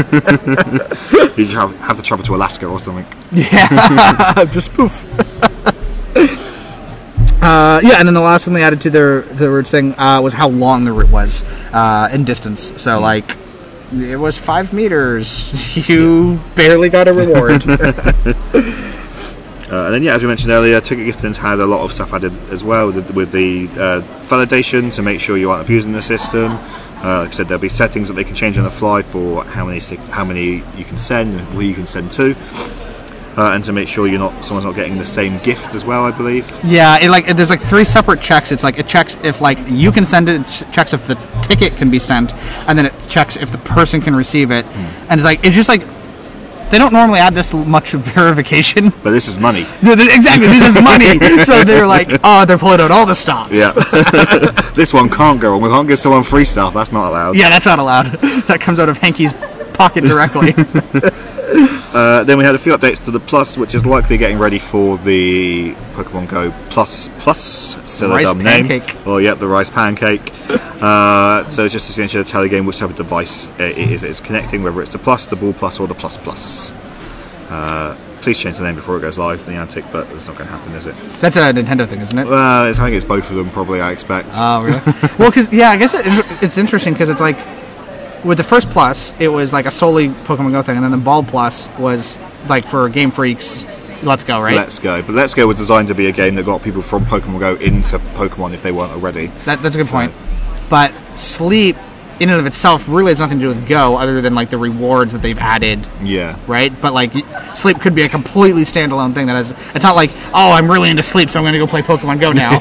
You just have, have to travel to Alaska or something.
yeah just poof Uh, yeah, and then the last thing they added to their the route thing uh, was how long the route was uh, in distance.
Mm.
So like, it was five meters. You barely got a reward.
Uh, and then, yeah, as we mentioned earlier, Ticket Gifting's had a lot of stuff added as well with, with the uh, validation to make sure you aren't abusing the system. Uh, like I said, there'll be settings that they can change on the fly for how many stick- how many you can send and who you can send to, uh, and to make sure you're not someone's not getting the same gift as well. I believe.
Yeah, it like there's like three separate checks. It's like it checks if like you can send it, it ch- checks if the ticket can be sent, and then it checks if the person can receive it. And it's like it's just like they don't normally add this l- much verification.
But this is money.
No, th- exactly, this is money. so they're like, oh, they're pulling out all the stops.
Yeah, this one can't go on. We can't give someone free stuff. That's not allowed.
yeah, that's not allowed. that comes out of Hanky's pocket directly.
Uh, then we had a few updates to the Plus, which is likely getting ready for the Pokemon Go Plus Plus. It's still
Rice
a dumb
pancake.
name. Oh, yep, the rice pancake. uh, so it's just essentially a tally game which type of device i- it is it's connecting, whether it's the Plus, the Ball Plus, or the Plus Plus. Uh, please change the name before it goes live, the antic, but it's not going to happen, is it?
that's a Nintendo thing, isn't it?
Well, it's- I think it's both of them, probably, I expect.
Oh, really? well, because yeah, I guess it, it's interesting because it's like with the first plus, it was like a solely Pokemon Go thing, and then the Ball Plus was like for Game Freaks. Let's go, right?
Let's Go. But Let's Go was designed to be a game that got people from Pokemon Go into Pokemon if they weren't already.
That, that's a good point. But sleep, in and of itself, really has nothing to do with Go, other than like the rewards that they've added.
Yeah.
Right, but like y- sleep could be a completely standalone thing. That has, it's not like, oh, I'm really into sleep, so I'm going to go play Pokemon Go now.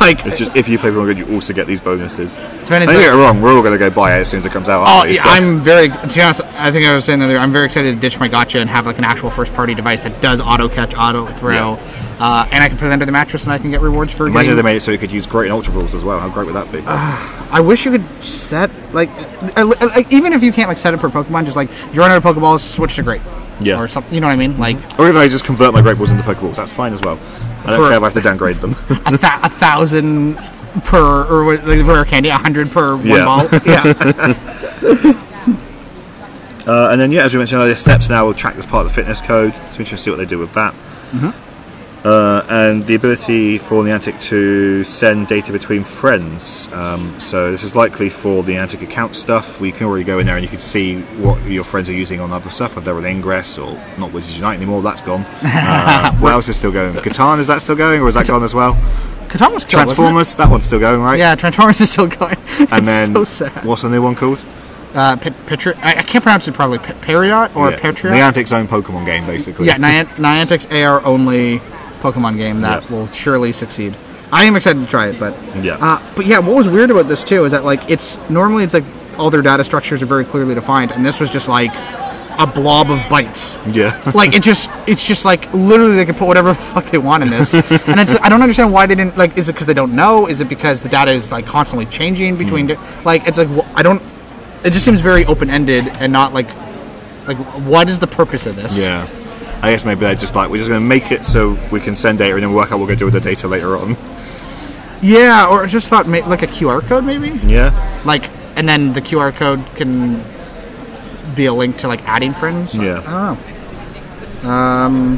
like,
It's just if you play Pokemon Go, you also get these bonuses.
So then
Don't
it's
get
like-
it wrong. We're all going to go buy it as soon as it comes out.
Oh,
aren't we?
yeah,
So-
I'm very. To be honest, I think I was saying earlier, I'm very excited to ditch my gotcha and have like an actual first party device that does auto catch, auto throw, uh, and I can put it under the mattress and I can get rewards for.
Imagine if they
getting-
made it so you could use Great and Ultra Balls as well. How great would that be?
I wish you could set like, uh, like, even if you can't like set it per Pokemon, just like you run out of Pokeballs, switch to Great.
Yeah. Mm-hmm.
Or something. You know what I mean? Like
or if I just convert my Great Balls into Pokeballs, that's fine as well. I don't
For-
care if I have to downgrade them.
a, th- a thousand per or what- like the rare candy, hundred per one
Yeah.
ball. Yeah,
Uh, and then, yeah, as we mentioned earlier, steps now will track as part of the fitness code. So we should see what they do with that.
Mm-hmm.
Uh, and the ability for Niantic to send data between friends. Um, so this is likely for the Niantic account stuff. We can already go in there and you can see what your friends are using on other stuff, whether they're on Ingress or not Wizards Unite anymore. That's gone. Uh, what else is still going? Catan, is that still going, or is that gone as well?
Katama's cool, wasn't it?
Transformers, that one's still going, right?
Yeah, Transformers is still going. it's
And then
so sad.
what's the new one called?
Uh, Pet- Petri- I, I can't pronounce it properly. Pe- Periot or
Yeah,
Patriot?
Niantic's own Pokemon game, basically.
Yeah, Niant- Niantic's AR only Pokemon game that
Yeah.
will surely succeed. I am excited to try it, but
Yeah.
Uh, but yeah, what was weird about this too is that like it's normally it's like all their data structures are very clearly defined, and this was just like a blob of bytes.
Yeah.
like it just it's just like literally they could put whatever the fuck they want in this, and it's I don't understand why they didn't like. Is it because they don't know? Is it because the data is like constantly changing between?
Hmm.
di- like it's like wh- I don't. It just seems very open ended and not like like what is the purpose of this?
Yeah. I guess maybe they're just like, we're just going to make it so we can send data and then work out what we're going to do with the data later on.
Yeah, or I just thought ma- like a QR code maybe,
Yeah.
like, and then the QR code can be a link to like adding friends.
Yeah.
I don't know. Um,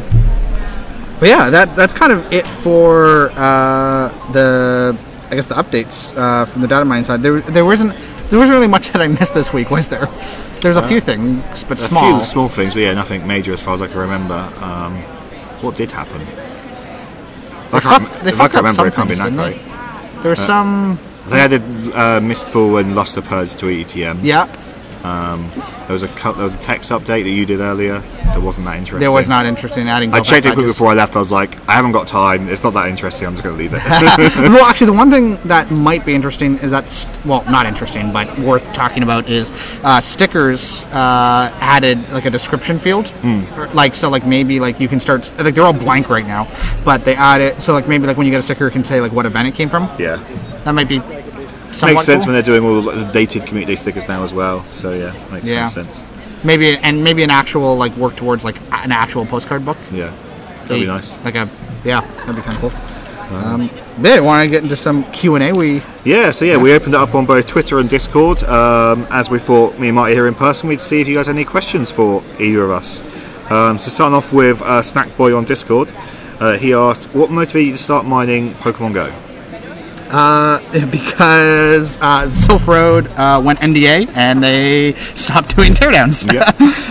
but yeah, that that's kind of it for uh, the I guess the updates uh, from the data mining side. There there wasn't there wasn't really much that I missed this week, was there? There's a few things, but
Uh, A
small.
few small things, but yeah, nothing major as far as I can remember. Um, what did happen? If I
Fuck-
can't,
they
if I
fucked
can't
up some
remember, it can't be
things,
that
didn't
great. Uh,
they? There were some.
They added uh, Mistball and Lost the Purge to E ETM.
Yeah,
There was a cou- there was a text update that you did earlier that wasn't that interesting.
there was not interesting adding.
I
callback
checked it quick
patches.
before I left. I was like, I haven't got time. It's not that interesting. I'm just going to leave it.
well, actually, the one thing that might be interesting is that, st- well, not interesting, but worth talking about is uh, stickers uh, added like a description field.
Hmm.
Or, like, so, like, maybe, like, you can start, like, they're all blank right now, but they add it. So, like, maybe, like, when you get a sticker, it can say, like, what event it came from.
yeah.
That might be somewhat
Makes sense
cool.
when they're doing all the dated community stickers now as well. So yeah, makes
Yeah.
some sense.
Maybe, and maybe an actual, like, work towards, like, a- an actual postcard book.
Yeah, that'd be
Like-
nice.
Like a, yeah, that'd be kind of cool. Um, yeah, want to get into some Q&A? We
Yeah, so yeah, we opened it up on both Twitter and Discord. Um, as we thought me and Marty here in person, we'd see if you guys had any questions for either of us. Um, so starting off with uh, Snack Boy on Discord, uh, he asked, "What motivated you to start mining Pokemon Go?"
because uh, Silph Road uh, went NDA and they stopped doing teardowns.
Yeah.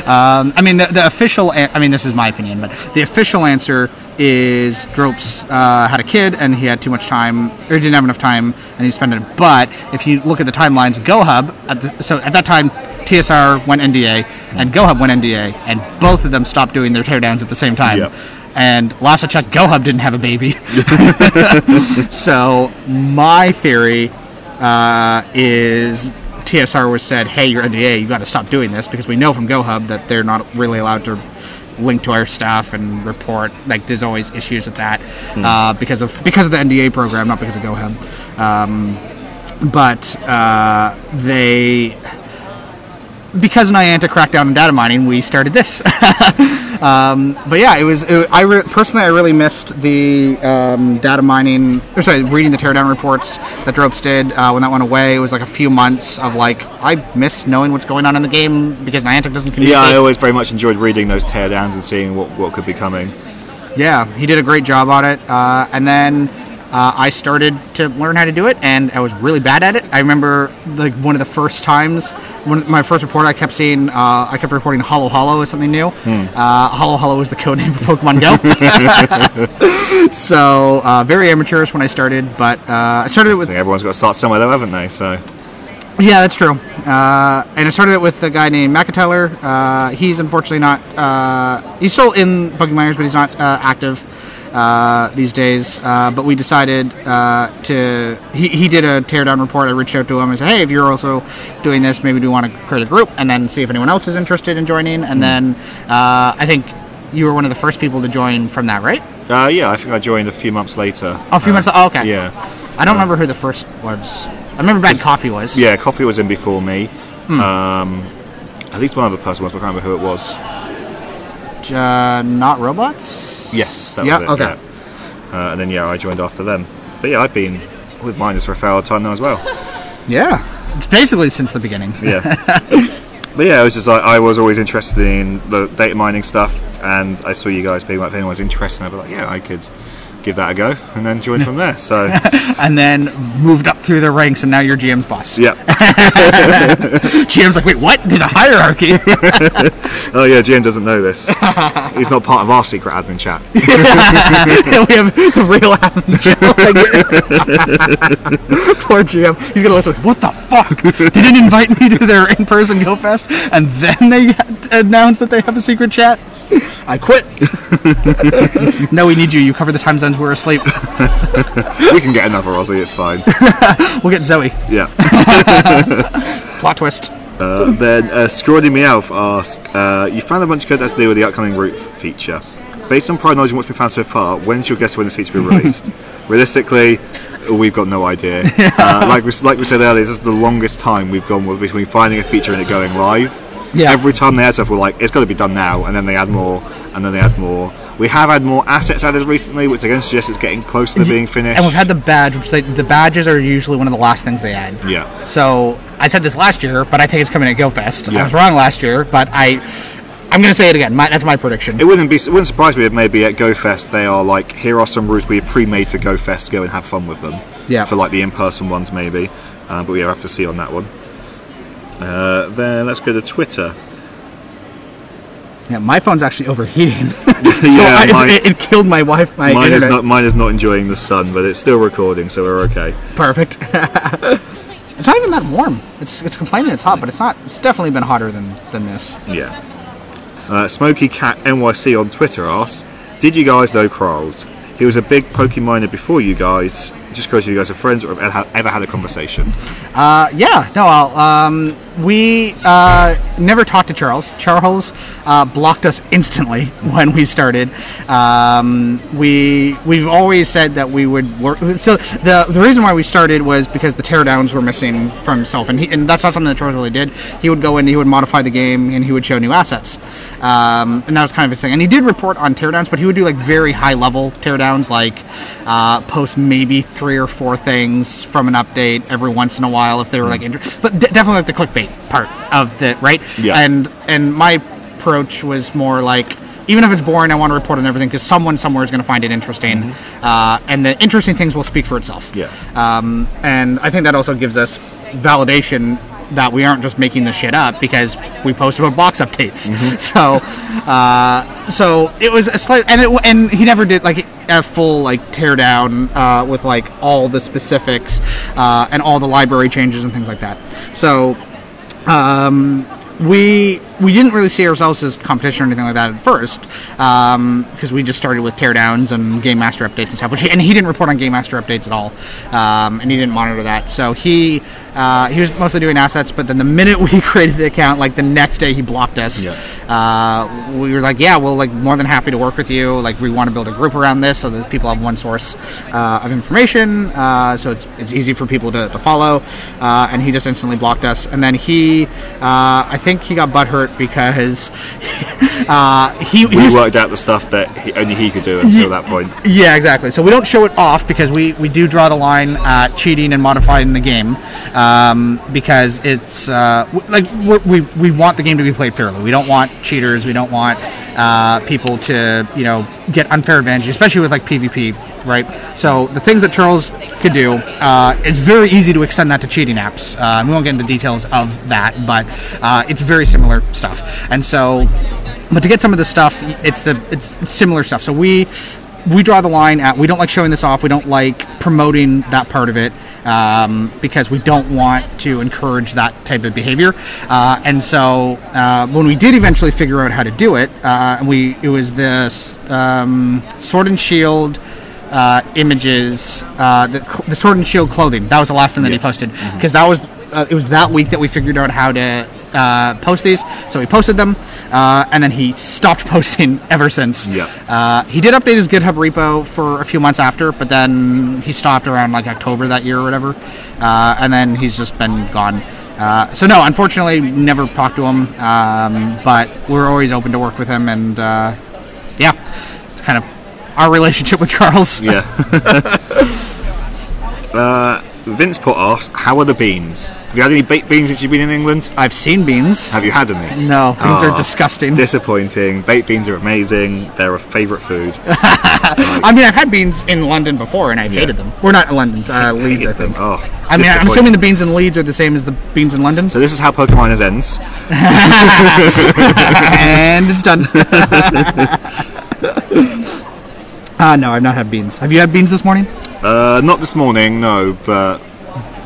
um, I mean, the, the official. An- I mean, this is my opinion, but the official answer is Dropes uh, had a kid and he had too much time, or he didn't have enough time, and he spent it. But if you look at the timelines, GoHub. At the, so at that time, TSR went NDA and GoHub went NDA, and both of them stopped doing their teardowns at the same time.
Yeah.
And last I checked, GoHub didn't have a baby. So my theory uh, is TSR was said, "Hey, your NDA, you got to stop doing this because we know from GoHub that they're not really allowed to link to our stuff and report. Like, there's always issues with that uh, because of because of the NDA program, not because of GoHub. Um, but uh, they." Because Niantic cracked down on data mining, we started this. Um, but yeah, it was. It, I re- personally, I really missed the um, data mining. Or sorry, reading the teardown reports that Dropes did uh, when that went away. It was like a few months of like I missed knowing what's going on in the game because Niantic doesn't communicate.
Yeah, I always very much enjoyed reading those teardowns and seeing what, what could be coming.
Yeah, he did a great job on it. Uh, and then uh, I started to learn how to do it, and I was really bad at it. I remember like one of the first times, one of my first report, I kept seeing, uh, I kept reporting Hollow Hollow as something new. Uh, Hollow Hollow was the code name for Pokemon Go. so uh, very amateurish when I started, but uh, I started it
I
with
think everyone's got to start somewhere though, haven't they? So
yeah, that's true. Uh, and I started it with a guy named McIntyre. Uh, he's unfortunately not. Uh, he's still in Pokemon Miners, but he's not uh, active uh, these days. Uh, but we decided uh, to. He, he did a teardown report. I reached out to him and said, "Hey, if you're also doing this, maybe do you want to create a group and then see if anyone else is interested in joining?"
Hmm.
And then uh, I think you were one of the first people to join from that, right?
uh, yeah, I think I joined a few months later.
Oh, a few
Uh,
months. Oh, okay.
Yeah. Uh,
I don't remember who the first was. I remember Bad Coffee was.
Yeah, coffee was in before me.
Hmm.
Um, at least one other person was, but I can't remember who it was.
Uh, not robots.
Yes, that
Yeah,
was it.
okay.
Yeah. Uh, and then yeah, I joined after them. But yeah, I've been with minus Rafael Tano as well.
Yeah. It's basically since the beginning.
Yeah. but yeah, it was just like I was always interested in the data mining stuff, and I saw you guys being like, if anyone was interested, I'd be like, yeah, I could give that a go, and then join from there. So
And then moved up through the ranks, and now you're GM's boss.
yeah.
GM's like, wait, what? There's a hierarchy.
Oh yeah, Jim doesn't know this. He's not part of our secret admin chat.
we have the real Adam Joe. Poor GM. He's gonna listen. What the fuck? They didn't invite me to their in-person Go Fest, and then they announced that they have a secret chat. I quit. no, we need you. You cover the time zones. We're asleep.
we can get another Aussie. It's fine.
We'll get Zoe.
Yeah.
Plot twist.
Uh, then uh, Scrawny Meowth asked, uh, "You found a bunch of code that has to do with the upcoming root f- feature. Based on prior knowledge and what's been found so far, when's your guess when this feature will be released? Realistically, we've got no idea. Uh, like we s- like we said earlier, this is the longest time we've gone with between finding a feature and it going live.
Yeah.
Every time they add stuff, we're like, it's got to be done now, and then they add more, and then they add more. We have had more assets added recently, which again suggests it's getting closer to being finished.
And we've had the badge, which they, the badges are usually one of the last things they add.
Yeah.
So I said this last year, but I think it's coming at Go Fest. I
Yeah.
was wrong last year, but I, I'm gonna say it again. My, that's my prediction.
It wouldn't be it wouldn't surprise me if maybe at GoFest they are like here are some routes we pre-made for GoFest. Go and have fun with them.
Yeah.
For like the in-person ones maybe, uh, but we have to see on that one. Uh, then let's go to Twitter.
Yeah, my phone's actually overheating. so
Yeah,
I, it's-
mine-
it, it killed my wife. My
Mine is
internet.
not mine is not enjoying the sun, but it's still recording, so we're okay.
perfect. it's not even that warm. It's it's complaining it's hot, but it's not. It's definitely been hotter than than this.
Yeah. Uh, Smoky Cat NYC on Twitter asks, "Did you guys know Kralls? He was a big Pokeminer before you guys. Just because you guys are friends or have ever had a conversation.
Uh, yeah, no, I'll, um, we uh, never talked to Charles. Charles uh, blocked us instantly when we started. Um, we we've always said that we would work. So the the reason why we started was because the teardowns were missing from himself, and he, and that's not something that Charles really did. He would go in, he would modify the game, and he would show new assets, um, and that was kind of his thing. And he did report on teardowns, but he would do like very high level teardowns, like uh, post maybe three or four things from an update every once in a while if they were like interested. But de- definitely like the clickbait part of the right.
Yeah.
And and my approach was more like. Even if it's boring, I want to report on everything because someone somewhere is going to find it interesting, uh, and the interesting things will speak for itself.
Yeah.
Um, and I think that also gives us validation that we aren't just making this shit up because we post about box updates. So, uh, so it was a slight, and it, and he never did like a full like teardown uh, with like all the specifics uh, and all the library changes and things like that. So um, we we didn't really see ourselves as competition or anything like that at first because we just started with teardowns and game master updates and stuff. Which he, and he didn't report on game master updates at all, um, and he didn't monitor that. So he uh, he was mostly doing assets. But then the minute we created the account, like the next day, he blocked us.
Yeah.
Uh, we were like, yeah, we'll like more than happy to work with you. Like we want to build a group around this so that people have one source uh, of information, uh, so it's it's easy for people to, to follow. Uh, and he just instantly blocked us. And then he, uh, I think he got butthurt because uh, he, he
We
was
worked out the stuff that he, only he could do until that point.
yeah, exactly. So we don't show it off because we, we do draw the line at cheating and modifying the game um, because it's uh, w- like we're, we we want the game to be played fairly. We don't want cheaters. We don't want uh, people to you know get unfair advantage, especially with like PvP, right? So the things that Charles could do, uh, it's very easy to extend that to cheating apps. Uh, we won't get into details of that, but uh, it's very similar stuff. And so, but to get some of the stuff, it's the it's similar stuff. So we we draw the line at we don't like showing this off. We don't like promoting that part of it um, because we don't want to encourage that type of behavior. Uh, and so uh, when we did eventually figure out how to do it, uh, and we it was this um, sword and shield. Uh, images, uh, the, cl- the sword and shield clothing. That was the last thing that he
Yes. Mm-hmm.
posted because that was uh, it was that week that we figured out how to uh, post these. So he posted them, uh, and then he stopped posting ever since.
Yeah.
Uh, he did update his GitHub repo for a few months after, but then he stopped around like October that year or whatever, uh, and then he's just been gone. Uh, so no, unfortunately, never talked to him. Um, but we're always open to work with him, and uh, yeah, it's kind of our relationship with Charles.
Yeah. Uh, Vince put us, how are the beans? Have you had any baked beans since you've been in England?
I've seen beans.
Have you had any?
No, beans
Aw,
are disgusting.
Disappointing. Baked beans are amazing. They're a favourite food.
I mean, I've had beans in London before, and I've hated them. We're not in London, uh, Leeds, I
Eat them.
think.
Oh,
I mean, I'm
disappointing.
assuming the beans in Leeds are the same as the beans in London.
So this is how Pokemon is ends.
and it's done. uh, no, I've not had beans. Have you had beans this morning?
Uh, not this morning, no, but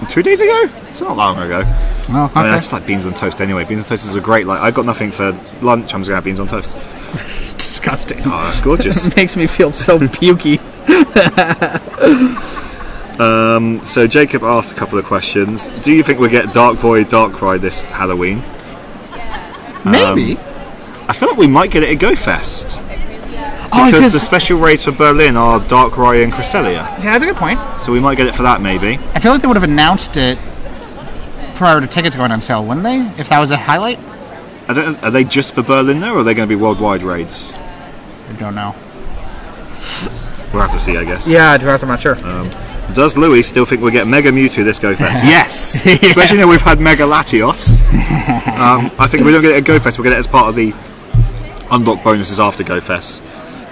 two days ago. It's not long ago.
Oh,
I, mean, I
okay.
just like beans on toast anyway. Beans on toast is a great like. I've got nothing for lunch. I'm just gonna have beans on toast.
Disgusting.
Oh, that's gorgeous.
It makes me feel so pukey.
so Jacob asked a couple of questions. Do you think we get Dark Void, Dark Cry this Halloween?
Maybe.
I feel like we might get it at Go Fest
oh,
because the
because
special rates for Berlin are Dark Cry and Cresselia,
yeah, that's a good point.
so we might get it for that maybe.
I feel like they would have announced it prior to tickets going on sale, wouldn't they? If that was a highlight,
I don't. Are they just for Berlin though, or are they going to be worldwide raids?
I don't know.
We'll have to see, I guess.
Yeah, I'm not sure.
Does Louis still think we'll get Mega Mewtwo this Go Fest? yes! Especially now we've had Mega Latios. Um, I think if we don't get it at Go Fest, we'll get it as part of the unlock bonuses after Go Fest.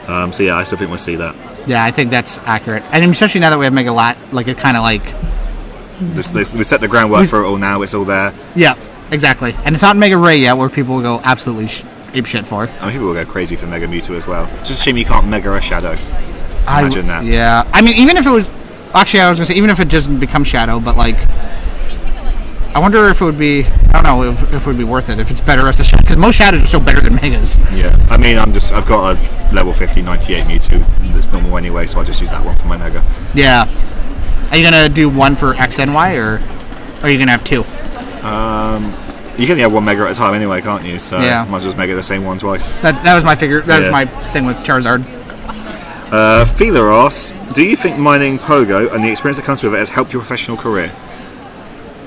Um, so yeah, I still think we'll see that.
yeah, I think that's accurate. And especially now that we have Mega Lot, like it kind of like
This, this, we set the groundwork for it all now, it's all there.
yeah, exactly. And it's not Mega Ray yet, where people will go absolutely sh- ape shit for.
I mean, people will go crazy for Mega Mewtwo as well. It's just a shame you can't Mega a Shadow.
I-
Imagine that.
Yeah, I mean, even if it was actually, I was gonna say, even if it doesn't become Shadow, but like, I wonder if it would be. I don't know if, if it would be worth it if it's better as a Shadow because most Shadows are so better than Megas.
Yeah. I mean, I'm just, I've got a level 50 98 Mewtwo that's normal anyway, so I just use that one for my Mega.
Yeah. Are you gonna do one for X and Y, or, are you gonna have two?
You can only have one Mega at a time anyway, can't you? So
Yeah.
might as well just Mega the same one twice.
That that was my figure. That
Yeah.
was my thing with Charizard.
Uh, Feeler asks, do you think mining Pogo and the experience that comes with it has helped your professional career?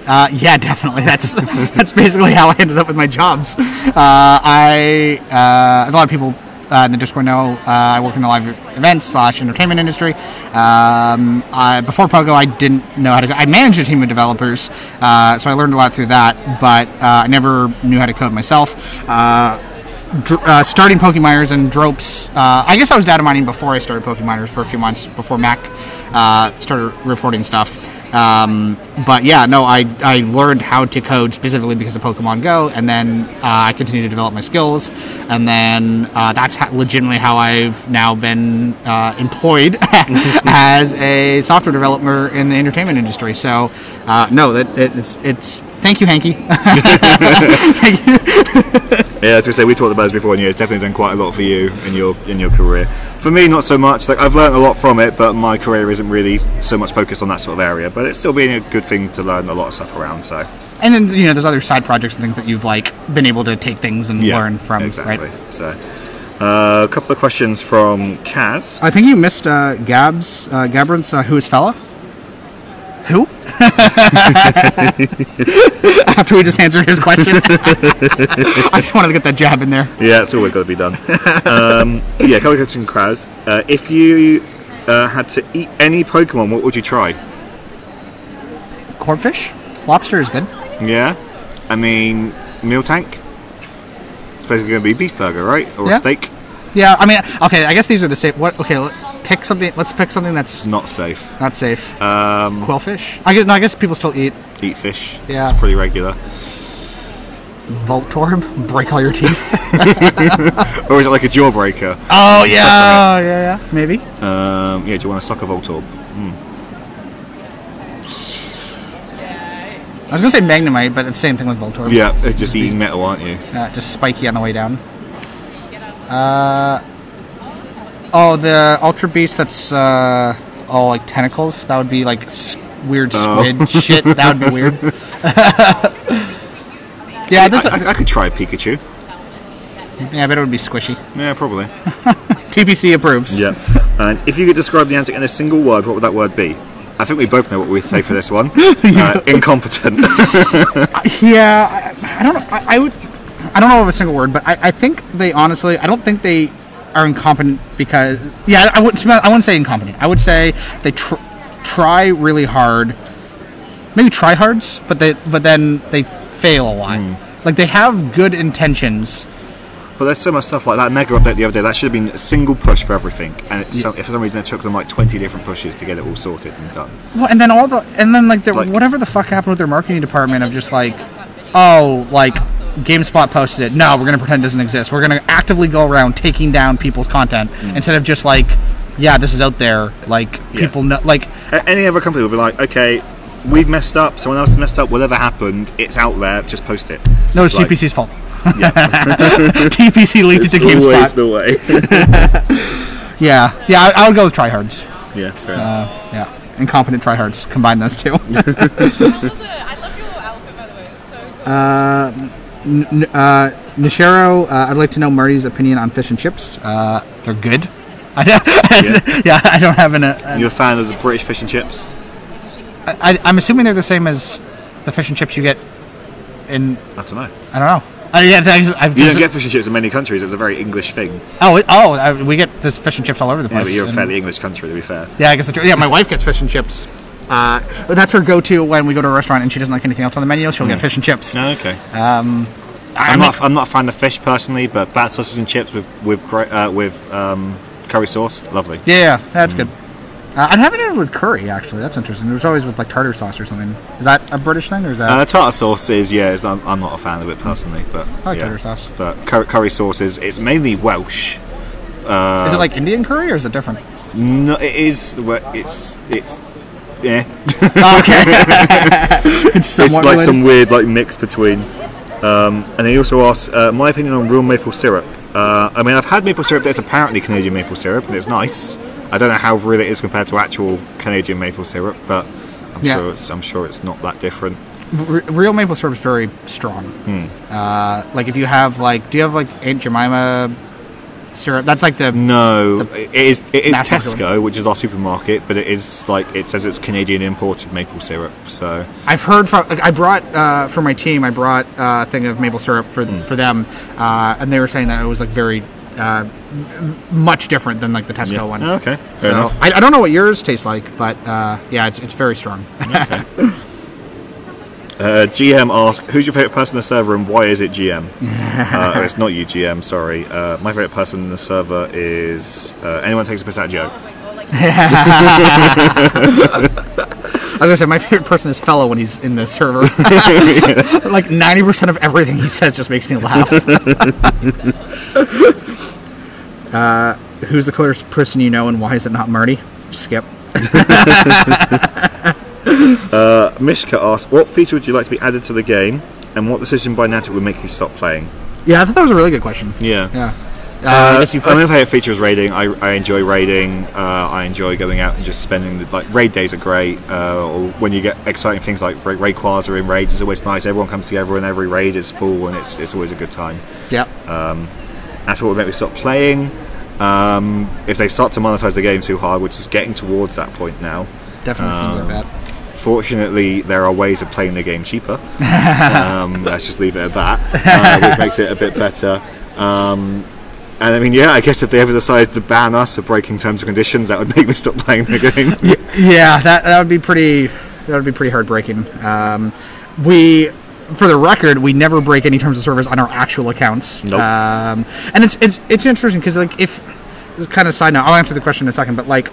Uh, yeah, definitely. That's that's basically how I ended up with my jobs. Uh, I, uh, as a lot of people uh, in the Discord know, uh, I work in the live events slash entertainment industry. Um, I, before Pogo, I didn't know how to. I managed a team of developers, uh, so I learned a lot through that. But uh, I never knew how to code myself. Uh, dr- uh, starting Pokeminers and Dropes. Uh, I guess I was data mining before I started Pokeminers for a few months before Mac uh, started reporting stuff. Um, but yeah, no, I, I learned how to code specifically because of Pokemon Go, and then uh, I continued to develop my skills, and then uh, that's ho- legitimately how I've now been uh, employed as a software developer in the entertainment industry. So uh, no, that it, it's it's thank you, Hanky. Thank you.
Yeah, as we say, we talked about this before, and yeah, it's definitely done quite a lot for you in your in your career. For me, not so much. Like I've learned a lot from it, but my career isn't really so much focused on that sort of area. But it's still been a good thing to learn a lot of stuff around. So
And then you know, there's other side projects and things that you've like been able to take things and
yeah,
learn from.
exactly.
Right?
So uh, a couple of questions from Kaz.
I think you missed uh, Gab's uh, Gabrant's uh, who is fella? Who? After we just answered his question, I just wanted to get that jab in there.
Yeah, it's always got to be done. um, yeah, a couple of questions from Kaz. Uh, if you uh, had to eat any Pokemon, what would you try?
Cornfish, lobster is good.
Yeah, I mean, meal tank. It's basically going to be beef burger, right, or
Yeah.
a steak?
Yeah, I mean, okay, I guess these are the same. What? Okay, let pick something. Let's pick something that's
Not safe.
not safe.
Um,
Quillfish. I guess. No, I guess people still eat
eat fish.
Yeah.
it's pretty regular.
Voltorb. Break all your teeth.
Or is it like a jawbreaker?
oh yeah. yeah, yeah. Maybe.
Um, yeah, do you want to suck a Voltorb?
I was gonna say Magnemite, but it's the same thing with Voltorb.
Yeah, it's just eating metal, aren't you?
Uh, just spiky on the way down. Uh, oh, the Ultra Beast that's uh, all like tentacles. That would be like s- weird
Oh.
squid shit. That would be weird. yeah, this.
I, I, I could try a Pikachu.
Yeah, I bet it would be squishy.
Yeah, probably.
TPC approves.
Yeah. And if you could describe the antic in a single word, what would that word be? I think we both know what we'd say for this one. Uh, incompetent.
Yeah, I, I don't know. I, I would. I don't know of a single word, but I, I think they honestly. I don't think they are incompetent because. Yeah, I would. I wouldn't say incompetent. I would say they. Tr- try really hard, maybe try hards, but they but then they fail a lot. Like they have good intentions.
But there's so much stuff like that mega update the other day. That should have been a single push for everything, and it's so, if for some reason it took them like 20 different pushes to get it all sorted and done.
Well, and then all the and then like, the,
Like-
whatever the fuck happened with their marketing department of just like, oh, like GameSpot posted it. No, we're gonna pretend it doesn't exist. We're gonna actively go around taking down people's content instead of just like, yeah, this is out there. Like
Yeah.
people know. Like
A- Any other company would be like, okay, we've messed up. Someone else has messed up. Whatever happened, it's out there. Just post it.
no, it's
Like,
TPC's fault.
Yeah,
TPC leaked it
it's
to
always
GameSpot.
the way.
yeah, yeah, I, I would go with tryhards.
yeah, fair enough.
Yeah, incompetent tryhards. Combine those two.
I love your outfit, by the way. It's so cool.
N- uh, Nishiro, uh, I'd like to know Marty's opinion on fish and chips. Uh, they're good. I don't- yeah. I don't have an. Uh,
You're a fan of the British fish and chips?
I, I'm assuming they're the same as the fish and chips you get in.
I don't know.
I don't know. I, yeah, I've, I've
You
just,
don't get fish and chips in many countries. It's a very English thing.
oh, it- oh, I, we get this fish and chips all over the
Yeah,
place.
but you're a
and-
fairly English country, to be fair.
yeah, I guess. The, yeah, my wife gets fish and chips. Uh, that's her go-to when we go to a restaurant and she doesn't like anything else on the menu.
Mm.
She'll get fish and chips.
okay. Um, I'm, not. I'm not a fan of fish personally, but bad sausages and chips with with gre- uh, with um, curry sauce, lovely.
Yeah, yeah,
Mm.
that's good. Uh, I haven't had it with curry actually. That's interesting. It was always with like tartar sauce or something. Is that a British thing or is that?
Uh, tartar sauce is yeah. It's not, I'm not a fan of it personally, but
I like
yeah.
tartar sauce.
But cur- curry sauce is it's mainly Welsh. Uh,
is it like Indian curry or is it different?
No, it is. well, It's it's yeah.
It's
It's
somewhat
like
related.
some weird like mix between. Um, and he also asks uh, my opinion on real maple syrup. Uh, I mean, I've had maple syrup that's apparently Canadian maple syrup, and it's nice. I don't know how real it is compared to actual Canadian maple syrup, but I'm
Yeah.
sure it's, I'm sure it's not that different.
R- real maple syrup is very strong.
Hmm.
Uh, like if you have like, do you have like Aunt Jemima syrup? That's like the
Hmm. No, it is it is
mass market
Tesco, which is our supermarket, but it is like it says it's Canadian imported maple syrup. So
I've heard from. I brought uh, for my team. I brought uh, a thing of maple syrup for
Hmm.
for them, uh, and they were saying that it was like very uh, m- much different than like the Tesco
Yeah.
one.
Oh, okay. Fair
so
enough.
I, I don't know what yours tastes like, but uh, yeah, it's, it's very strong.
Uh, GM asks, "Who's your favorite person in the server, and why is it GM?" uh, oh, it's not you, GM. Sorry. Uh, my favorite person in the server is uh, anyone who takes a piss out of Joe.
I was gonna say my favorite person is Fellow when he's in the server. like ninety percent of everything he says just makes me laugh. uh, Uh, who's the clearest person you know, and why is it not Marty? Skip.
Uh, Mishka asks, "What feature would you like to be added to the game, and what decision by Natic would make you stop playing?"
Yeah, I thought that was a really good question.
Yeah.
Yeah. Uh,
Uh,
I guess you
I mean,
first.
my favorite feature is raiding. I, I enjoy raiding. Uh, I enjoy going out and just spending the, like raid days are great. Uh, or when you get exciting things like ra- raid quads are in raids, it's always nice. Everyone comes together and every raid is full, and it's it's always a good time.
Yeah.
That's what would make me stop playing. Um, if they start to monetize the game too hard, which is getting towards that point now.
Definitely seems like
um,
that.
Fortunately, there are ways of playing the game cheaper. um, let's just leave it at that, uh, which makes it a bit better. Um, and I mean, yeah, I guess if they ever decided to ban us for breaking terms and conditions, that would make me stop playing the game.
Yeah, that that would be pretty. That would be pretty heartbreaking. Um, we, for the record, we never break any terms of service on our actual accounts.
Nope.
Um, and it's it's it's interesting because like if this is kind of a side note, I'll answer the question in a second, but like.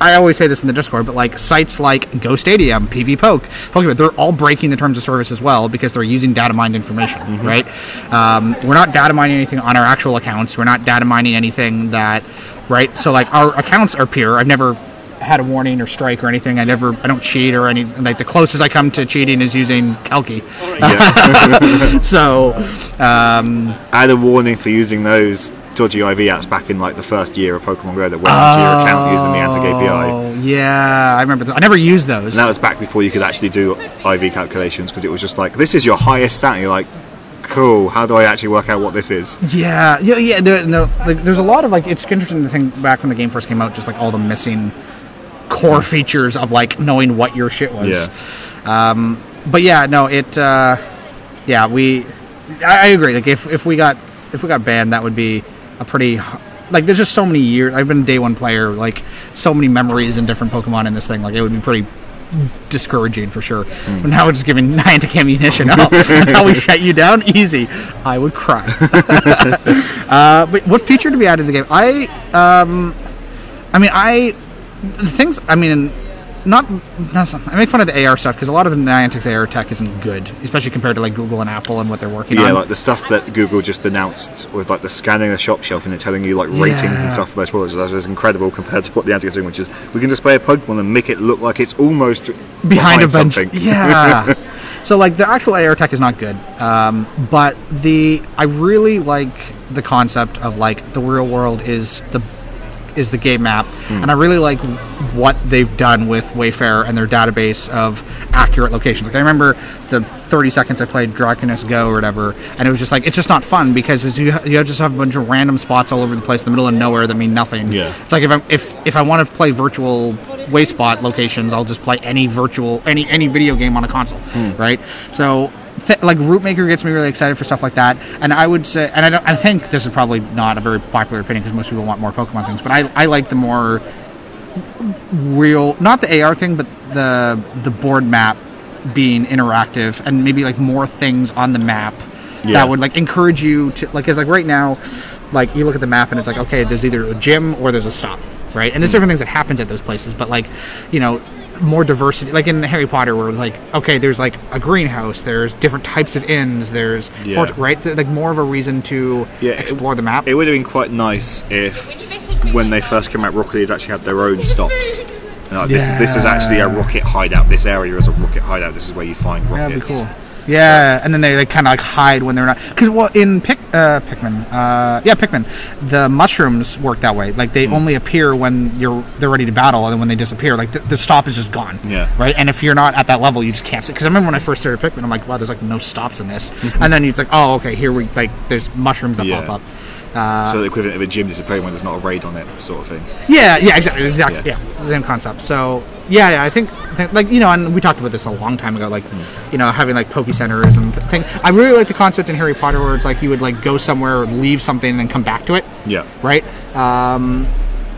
I always say this in the Discord, but like sites like Go Stadium, PV Poke, Pokemon, they're all breaking the terms of service as well because they're using data mined information, right? Um, we're not data mining anything on our actual accounts. We're not data mining anything that, right? So like our accounts are pure. I've never had a warning or strike or anything. I never, I don't cheat or anything. Like the closest I come to cheating is using Kelki.
yeah.
So
I had a warning for using those dodgy IV apps back in like the first year of Pokemon Go that went onto your account using the Antic API.
Oh, yeah, I remember. Th- I never used those.
And that was back before you could actually do IV calculations because it was just like, this is your highest stat. And you're like, cool, how do I actually work out what this is?
Yeah, yeah, yeah. There, no, like, there's a lot of like. It's interesting to think back when the game first came out, just like all the missing core features of like knowing what your shit was.
Yeah.
But yeah, no, it. Uh, yeah, we. I, I agree. Like if, if we got if we got banned, that would be a pretty h- like there's just so many years. I've been a day one player. Like so many memories and different Pokemon in this thing. Like it would be pretty discouraging for sure. But now we're just giving Niantic ammunition. Oh, that's how we shut you down. Easy. I would cry. uh, but what feature to be added to the game? I um, I mean, I the things. I mean, not, not some- I make fun of the AR stuff because a lot of the Niantic's AR tech isn't good, especially compared to like Google and Apple and what they're working
Yeah,
on.
like the stuff that Google just announced with like the scanning the shop shelf and they're telling you like ratings
Yeah.
and stuff for those products. That was incredible compared to what the Antics is doing, which is we can display a Pokemon and make it look like it's almost
behind, a bunch.
something.
Yeah. so like the actual AR tech is not good, um, but the I really like the concept of like the real world is the is the game map, and I really like what they've done with Wayfair and their database of accurate locations. Like I remember the 30 seconds I played Draconus Go or whatever, and it was just like it's just not fun because it's, you you just have a bunch of random spots all over the place in the middle of nowhere that mean nothing.
Yeah.
It's like if I'm if if I want to play virtual way spot locations, I'll just play any virtual any any video game on a console, right? So. Th- like Rootmaker gets me really excited for stuff like that, and I would say, and I don't, I think this is probably not a very popular opinion because most people want more Pokemon things, but I, I like the more real, not the AR thing, but the the board map being interactive and maybe like more things on the map
Yeah.
that would like encourage you to like because like right now, like you look at the map and it's like okay, there's either a gym or there's a stop, right? And there's different things that happens at those places, but like you know more diversity like in harry potter where like okay there's like a greenhouse there's different types of inns there's
Yeah.
fort- right There's, like more of a reason to
Yeah, it-
explore the map
It would have been quite nice if when they first came out, Rocket League actually had their own stops. And, like, this, this is actually a
Yeah.
rocket hideout. This area is a rocket hideout. This is where you find rockets.
That'd be cool. Yeah, and then they, they kind of like hide when they're not because well in Pic, uh, Pikmin, uh, yeah Pikmin, the mushrooms work that way. Like
Hmm.
they only appear when you're they're ready to battle, and then when they disappear, like the, the stop is just gone.
Yeah.
Right. And if you're not at that level, you just can't. Because I remember when I first started Pikmin, I'm like, wow, there's like no stops in this. And then you're like, oh, okay, here we like there's mushrooms that
Mm-hmm. Yeah.
pop up.
so the equivalent of a gym disappearing when there's not a raid on it, sort of thing.
Yeah, yeah, exactly, exactly,
Yeah.
yeah. same concept. So, yeah, yeah, I think, I think- like you know, and we talked about this a long time ago, like you know, having like poke centers and th- thing. I really like the concept in Harry Potter where it's like you would like go somewhere, leave something, and then come back to it.
Yeah.
Right. Um,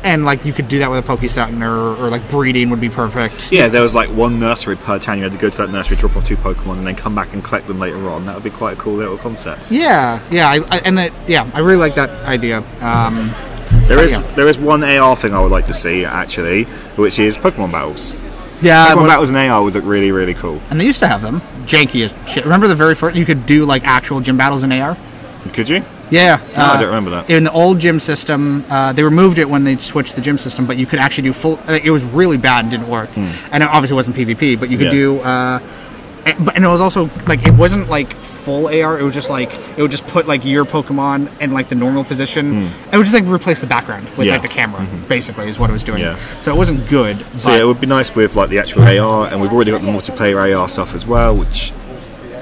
and like you could do that with a poke center, or like breeding would be perfect.
Yeah, there was like one nursery per town. You had to go to that nursery, drop off two Pokemon, and then come back and collect them later on. That would be quite a cool little concept.
Yeah, yeah, I, I, and it, yeah, I really like that idea. Um,
There is
Yeah.
there is one AR thing I would like to see actually, which is Pokemon battles.
yeah,
Pokemon
what-
battles in AR would look really really cool.
and they used to have them. Janky as shit. Remember the very first you could do like actual gym battles in Uh, AR.
Could you?
Yeah,
No, I don't remember that.
In the old gym system, uh, they removed it when they switched the gym system, but you could actually do full. Uh, it was really bad and didn't work, and it obviously wasn't PvP. But you could
Hmm. Yeah.
do, uh, a- but and it was also like it wasn't like full AR. It was just like it would just put like your Pokemon in like the normal position. It would just like replace the background with
Hmm. Yeah. Mm-hmm.
like the camera, basically is what it was doing.
Yeah.
So it wasn't good. But
So yeah, it would be nice with like the actual AR, and we've already got the multiplayer AR stuff as well, which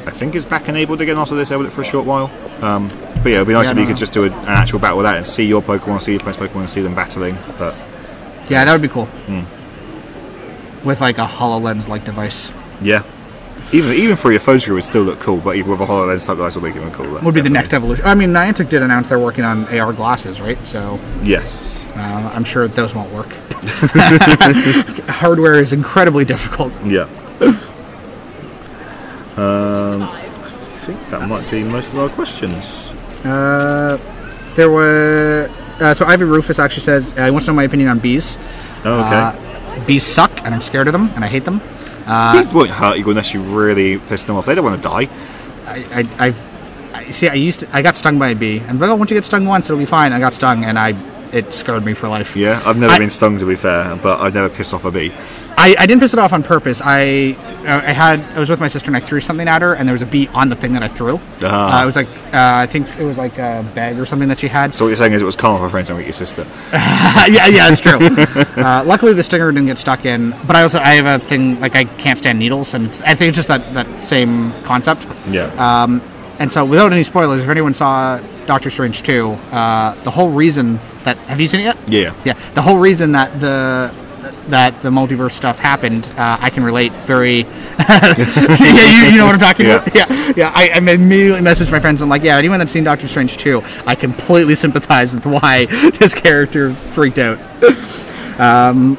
I think is back enabled again after this enabled it for a short while. Um, but yeah, it'd be nice
Yeah,
if
no,
you could
no.
just do a, an actual battle with that and see your Pokemon, see your opponent's Pokemon, and see them battling. But
yeah, that would be cool.
Hmm.
With like a Hololens like device,
yeah, even even through your phone screen would still look cool. But even with a Hololens type device, would make it even cooler.
would be the next evolution. I mean, Niantic did announce they're working on AR glasses, right? So
Yes.
Uh, I'm sure those won't work. Hardware is incredibly difficult.
Yeah. Um, I think that might be most of our questions.
Uh, There were uh, so Ivy Rufus actually says uh, he wants to know my opinion on bees.
Oh, okay.
Uh, bees suck, and I'm scared of them, and I hate them.
These won't hurt you unless you really piss them off. They don't want to die.
I, I, I've, I see. I used to, I got stung by a bee, and I thought, oh, once you get stung once, it'll be fine. I got stung, and I it scarred me for life.
Yeah, I've never
I-
been stung to be fair, but I've never pissed off a bee.
I, I didn't piss it off on purpose. I uh, I had I was with my sister and I threw something at her and there was a bee on the thing that I threw. uh
Ah.
it was like uh, I think it was like a bag or something that she had.
So what you're saying is it was calm for friends and with your sister.
yeah, yeah, it's true. uh, luckily, the stinger didn't get stuck in. But I also I have a thing like I can't stand needles, and it's, I think it's just that that same concept.
Yeah.
Um, and so, without any spoilers, if anyone saw Doctor Strange 2, uh, the whole reason that have you seen it yet?
Yeah.
Yeah. The whole reason that the that the multiverse stuff happened, uh, I can relate very. yeah, you, you know what I'm talking
Yeah.
about. Yeah, yeah. I, I immediately messaged my friends. I'm like, yeah, anyone that's seen Doctor Strange 2, I completely sympathize with why this character freaked out.
Uh,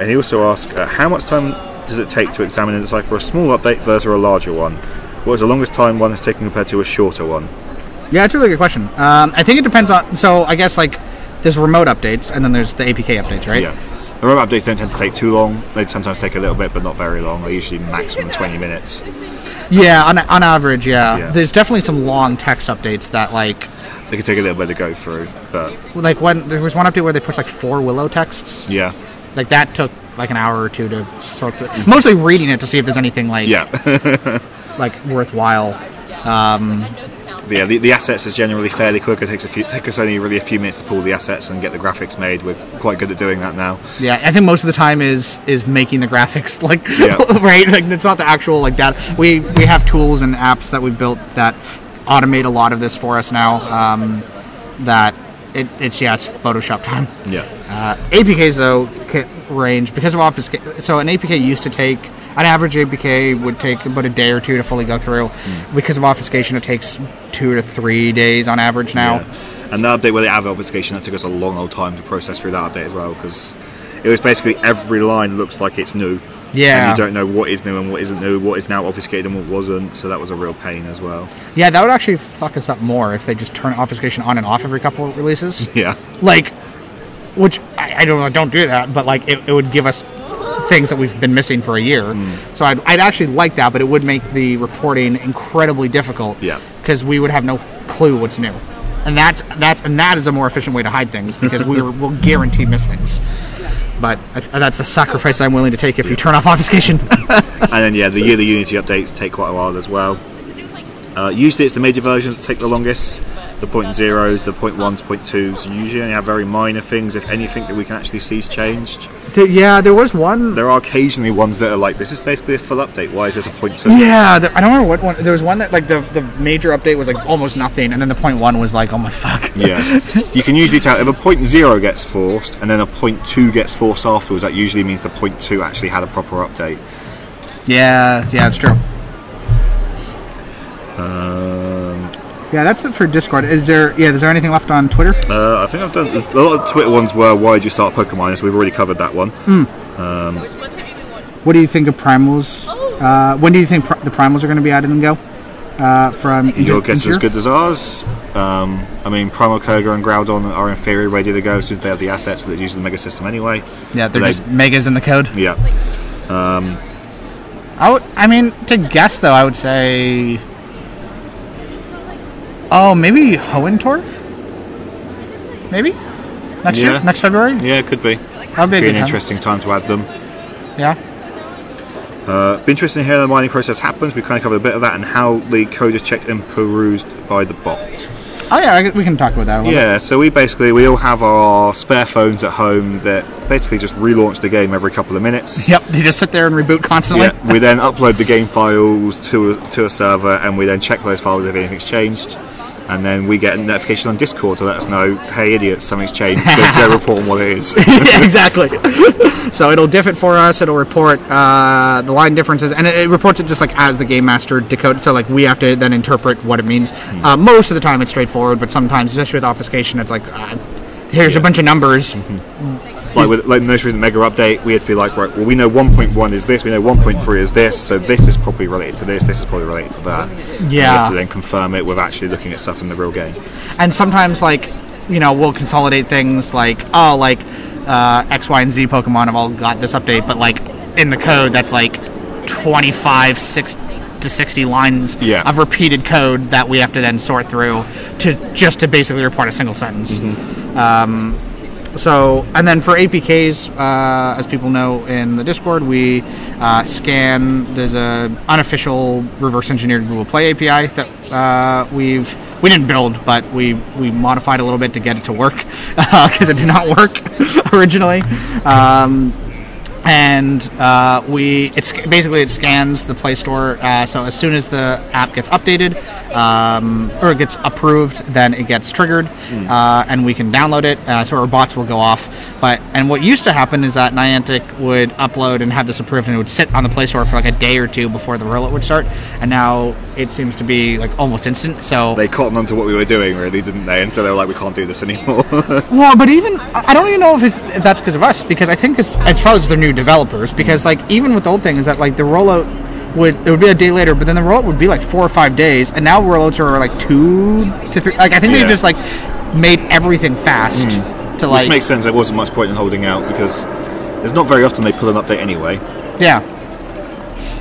and he also asked, uh, how much time does it take to examine and decipher a small update versus a larger one? What is the longest time one has taken compared to a shorter one?
Yeah, that's a really good question. Um, I think it depends on. So I guess like there's remote updates and then there's the APK updates, right?
Yeah. The road updates don't tend to take too long. They sometimes take a little bit, but not very long. They usually maximum 20 minutes.
Yeah, on, on average, yeah.
Yeah.
There's definitely some long text updates that like
They can take a little bit to go through, but
like when there was one update where they pushed like four Willow texts.
yeah,
Like that took like an hour or two to sort through. Mostly reading it to see if there's anything like
yeah, but
like worthwhile.
yeah. The, the assets is generally fairly quick. It takes a few, take us only really a few minutes to pull the assets and get the graphics made. We're quite good at doing that now.
Yeah, I think most of the time is is making the graphics like
Yeah.
right. Like it's not the actual like data. We we have tools and apps that we've built that automate a lot of this for us now. Um, that it, it's yeah, it's Photoshop time.
Yeah,
Uh, APKs though ca- range because of office. So an APK used to take an average APK would take about a day or two to fully go through.
Hmm.
Because of obfuscation, it takes two to three days on average now.
yeah. And that update where they have obfuscation, that took us a long old time to process through that update as well because it was basically every line looks like it's new.
Yeah.
And you don't know what is new and what isn't new, what is now obfuscated and what wasn't. So that was a real pain as well.
Yeah, that would actually fuck us up more if they just turn obfuscation on and off every couple of releases.
Yeah.
Like, which I, I don't know, don't do that, but like it, it would give us things that we've been missing for a year. So I'd, I'd actually like that, but it would make the reporting incredibly difficult.
Yeah.
Because we would have no clue what's new. And that's that's and that is a more efficient way to hide things because we will guarantee miss things. But I- that's a sacrifice I'm willing to take if you turn off obfuscation.
and then yeah, the yearly Unity updates take quite a while as well. Uh, usually, it's the major versions that take the longest. The point zeros, the point ones, point twos. You usually only have very minor things, if anything, that we can actually see is changed.
There- yeah, there was one
There are occasionally ones that are like, this is basically a full update. Why is this a point two?
Yeah, the, I don't remember what one. There was one that like the, the major update was like almost nothing, and then the point one was like, oh my fuck.
Yeah. you can usually tell if a point zero gets forced and then a point two gets forced afterwards. That usually means the point two actually had a proper update.
Yeah, yeah, it's true.
Um,
Yeah, that's it for Discord. Is there yeah? Is there anything left on Twitter?
Uh, I think I've done a lot of Twitter ones were why did you start Pokemon? So we've already covered that one.
Which ones have you been watching?
What do you think of primals? Uh, when do you think pr- the primals are going to be added and go? Uh, from Inge-
Your guess is as
Ingear?
good as ours. Um, I mean, Primal Kurger and Groudon are in theory ready to go as soon as they have the assets, but it's using the Mega System anyway.
Yeah, they're
They-
just megas in the code.
Yeah,
I would, I mean, to guess though, I would say. Oh, maybe Hoentor. Maybe next
Yeah.
year, next February.
yeah, it could be.
That'd be a good
Be an
time.
interesting time to add them.
Yeah.
Uh, be interesting to hear how the mining process happens. We kind of covered a bit of that and how the code is checked and perused by the bot.
Oh yeah, I g- we can talk about that a little.
Yeah, so we basically we all have our spare phones at home that basically just relaunch the game every couple of minutes.
Yep, they just sit there and reboot constantly.
Yeah, we then upload the game files to a, to a server, and we then check those files if anything's changed, and then we get a notification on Discord to let us know, "Hey, idiots, something's changed. Go, go report on what it is."
Yeah, exactly. so it'll diff it for us. It'll report uh, the line differences, and it, it reports it just like as the game master decode. So like we have to then interpret what it means. Uh, most of the time it's straightforward, but sometimes, especially with obfuscation, it's like uh, here's a bunch of numbers.
like with like the most recent mega update, we had to be like, "Right, well, we know 1.1 is this, we know 1.3 is this, so this is probably related to this, this is probably related to that." And we
Yeah.
have to then confirm it with actually looking at stuff in the real game.
and sometimes like you know we'll consolidate things like oh like uh, X, Y, and Z Pokemon have all got this update, but like in the code that's like 25, six to 60 lines
Yeah.
of repeated code that we have to then sort through to just to basically report a single sentence. So, and then for APKs, uh, as people know in the Discord, we uh, scan. There's a unofficial reverse engineered Google Play API that uh, we've we didn't build, but we we modified a little bit to get it to work because it did not work originally. Um, and uh, we it's basically it scans the Play Store. Uh, so as soon as the app gets updated um, or it gets approved, then it gets triggered, uh, and we can download it. Uh, so our bots will go off. But and what used to happen is that Niantic would upload and have this approved, and it would sit on the Play Store for like a day or two before the rollout would start. And now it seems to be like almost instant. So
They caught on to what we were doing, really, didn't they? And so they were like, we can't do this anymore.
Well, but even I I don't even know if it's if that's because of us because I think it's it's probably just the new developers because like even with the old thing is that like the rollout would it would be a day later, but then the rollout would be like four or five days, and now rollouts are like two to three. Like I think
Yeah. Mm.
they just like made everything fast to like
Which makes sense. There wasn't much point in holding out because it's not very often they pull an update anyway.
yeah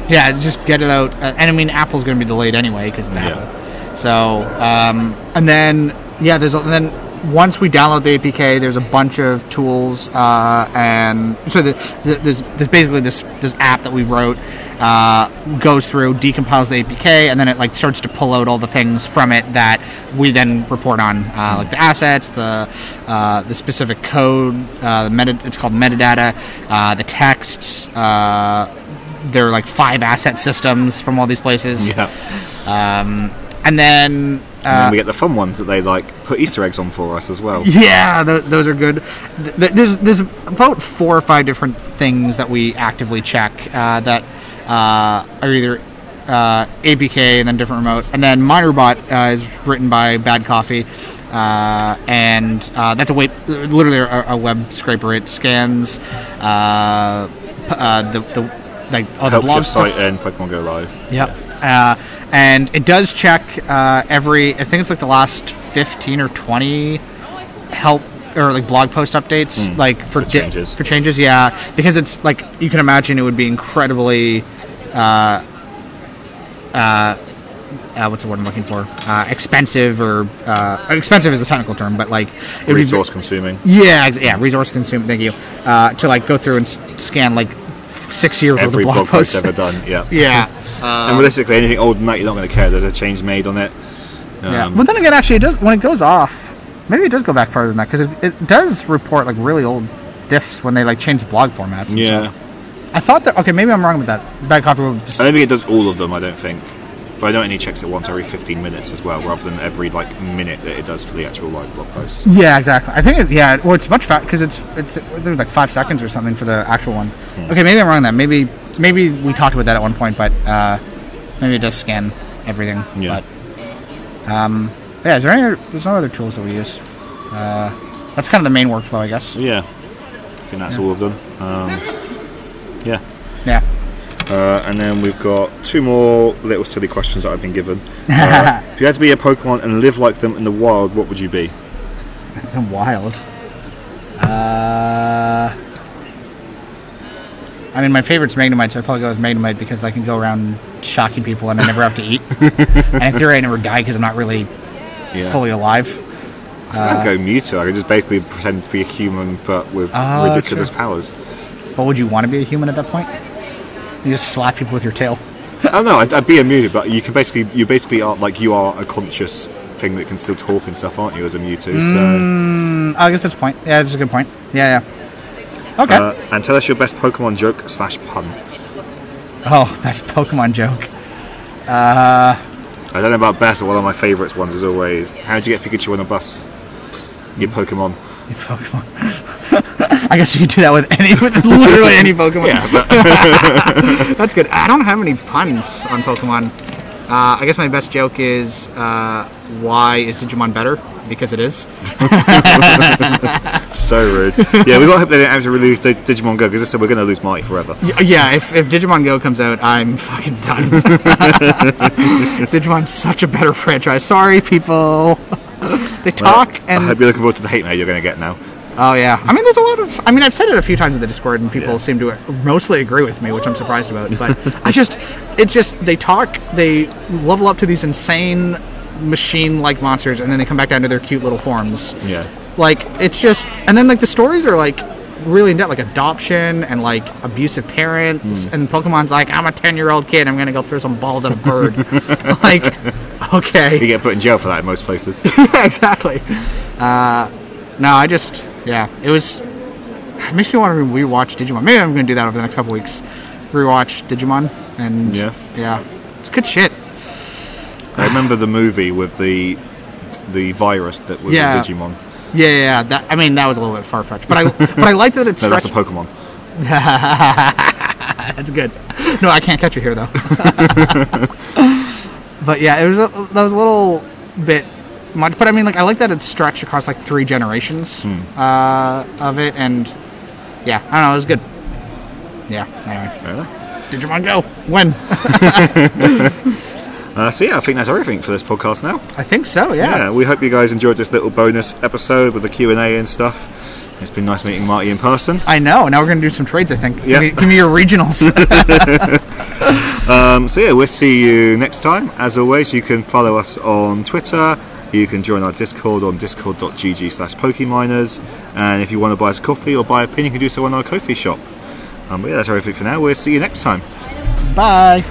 yeah just get it out. Uh, and I mean Apple's going to be delayed anyway because it's
Yeah.
Apple. So um, and then yeah, there's a, then once we download the APK, there's a bunch of tools uh, and so the, the, there's, there's basically this this app that we wrote uh, goes through decompiles the APK and then it like starts to pull out all the things from it that we then report on uh, like the assets, the uh, the specific code, uh, the meta, it's called metadata, uh, the texts. Uh, there are like five asset systems from all these places.
Yeah.
Um, and then,
And
uh,
then we get the fun ones that they like put Easter eggs on for us as well.
yeah, th- those are good. Th- th- there's there's about four or five different things that we actively check uh, that uh, are either uh, APK and then different remote, and then Minerbot uh, is written by Bad Coffee. Uh, and uh, that's a web, literally a, a web scraper. It scans uh, p- uh, the, the like all the
Helps
blog
your
stuff.
site and Pokemon Go Live.
Yep. Uh, and it does check uh, every, I think it's like the last 15 or 20 help or like blog post updates, like for,
Hmm. for
di-
changes.
For changes, yeah. Because it's like, you can imagine it would be incredibly, uh, uh, uh, what's the word I'm looking for? Uh, expensive or, uh, expensive is the technical term, but like, it would be-
Resource consuming.
yeah, ex- yeah, resource consumed. Thank you. Uh, to like go through and s- scan like six years worth of
Every
blog,
blog
posts.
post ever done. Yeah.
yeah.
and realistically, anything older than that, you're not going to care. There's a change made on it.
Yeah,
Um,
but then again, actually, it does when it goes off. Maybe it does go back farther than that because it, it does report like really old diffs when they like change the blog formats. And
Yeah.
stuff. I thought that. Okay, maybe I'm wrong with that. Bad coffee. Would just,
I don't think it does all of them. I don't think. But I know it only checks it once every 15 minutes as well, rather than every like minute that it does for the actual live blog post.
yeah, exactly. I think it, yeah. Well, it's much fast because it's it's there's like five seconds or something for the actual one.
Hmm.
Okay, maybe I'm wrong. Then maybe maybe we talked about that at one point, but uh, maybe it does scan everything.
Yeah.
But, um, yeah. Is there any? Other, there's no other tools that we use. Uh, that's kind of the main workflow, I guess.
Yeah. I think that's all of them. Um, yeah.
Yeah.
Uh, and then we've got two more little silly questions that I've been given. Uh, if you had to be a Pokemon and live like them in the wild, what would you be?
I'm wild. Uh, I mean, my favorite's Magnemite, so I probably go with Magnemite because I can go around shocking people and I never have to eat. and in theory, I never die because I'm not really
Yeah.
fully alive.
I'd go Mewtwo. I could just basically pretend to be a human but with
Ah,
ridiculous
true.
powers.
But would you want to be a human at that point? You just slap people with your tail.
I don't know. I'd, I'd be a Mewtwo, but you can basically you basically are like you are a conscious thing that can still talk and stuff, aren't you? As a Mewtwo.
Mm, I guess that's a point. Yeah, that's a good point. Yeah, yeah. Okay.
So, uh, and tell us your best Pokemon joke slash pun.
oh, that's a Pokemon joke.
I don't know about best, but one of my favourites ones is always how did you get Pikachu on a bus? Your Pokemon.
Your Pokemon. I guess you could do that with any, with literally any Pokemon.
Yeah, but
That's good. I don't have any puns on Pokemon. Uh, I guess my best joke is uh, why is Digimon better? Because it is.
So rude. yeah, we got to hope they don't have to release Dig- Digimon Go because I said we're going to lose Marty forever.
Y- Yeah, if, if Digimon Go comes out, I'm fucking done. Digimon's such a better franchise. Sorry, people. They talk
I
and
hope you're looking forward to the hate mail you're going to get now.
oh yeah. I mean, there's a lot of. I mean, I've said it a few times in the Discord, and people
Yeah.
seem to mostly agree with me, which I'm surprised about. But I just, it's just they talk, they level up to these insane machine-like monsters, and then they come back down to their cute little forms.
Yeah.
like it's just and then like the stories are like really in depth like adoption and like abusive parents
Hmm.
and pokemon's like i'm a 10 year old kid i'm gonna go throw some balls at a bird like
You
okay
get put in jail for that in most places.
yeah, exactly uh, no i just yeah it was it makes me want to rewatch digimon maybe i'm gonna do that over the next couple weeks rewatch digimon and
Yeah.
yeah it's good shit
I remember the movie with the the virus that was in
Yeah.
Digimon.
Yeah, yeah, yeah. That, I mean, that was a little bit far fetched, but I but I like that it's
No, that's
stretched.
a Pokemon.
That's good. No, I can't catch you here though. but yeah, it was a, that was a little bit much. But I mean, like I like that it's stretched across like three generations
Hmm.
uh, of it, and yeah, I don't know, it was good. Yeah.
Really?
Anyway, Digimon Go. When?
Uh, so yeah, I think that's everything for this podcast now.
I think so.
Yeah, we hope you guys enjoyed this little bonus episode with the Q and A and stuff. It's been nice meeting Marty in person.
I know. Now we're gonna do some trades. I think. Give,
Yeah.
me, give me your regionals.
Um, so yeah, we'll see you next time. As always, you can follow us on Twitter. You can join our Discord on discord.gg slash Pokeminers. And if you want to buy us coffee or buy a pin, you can do so on our Kofi shop. Um, but yeah, that's everything for now. We'll see you next time.
Bye.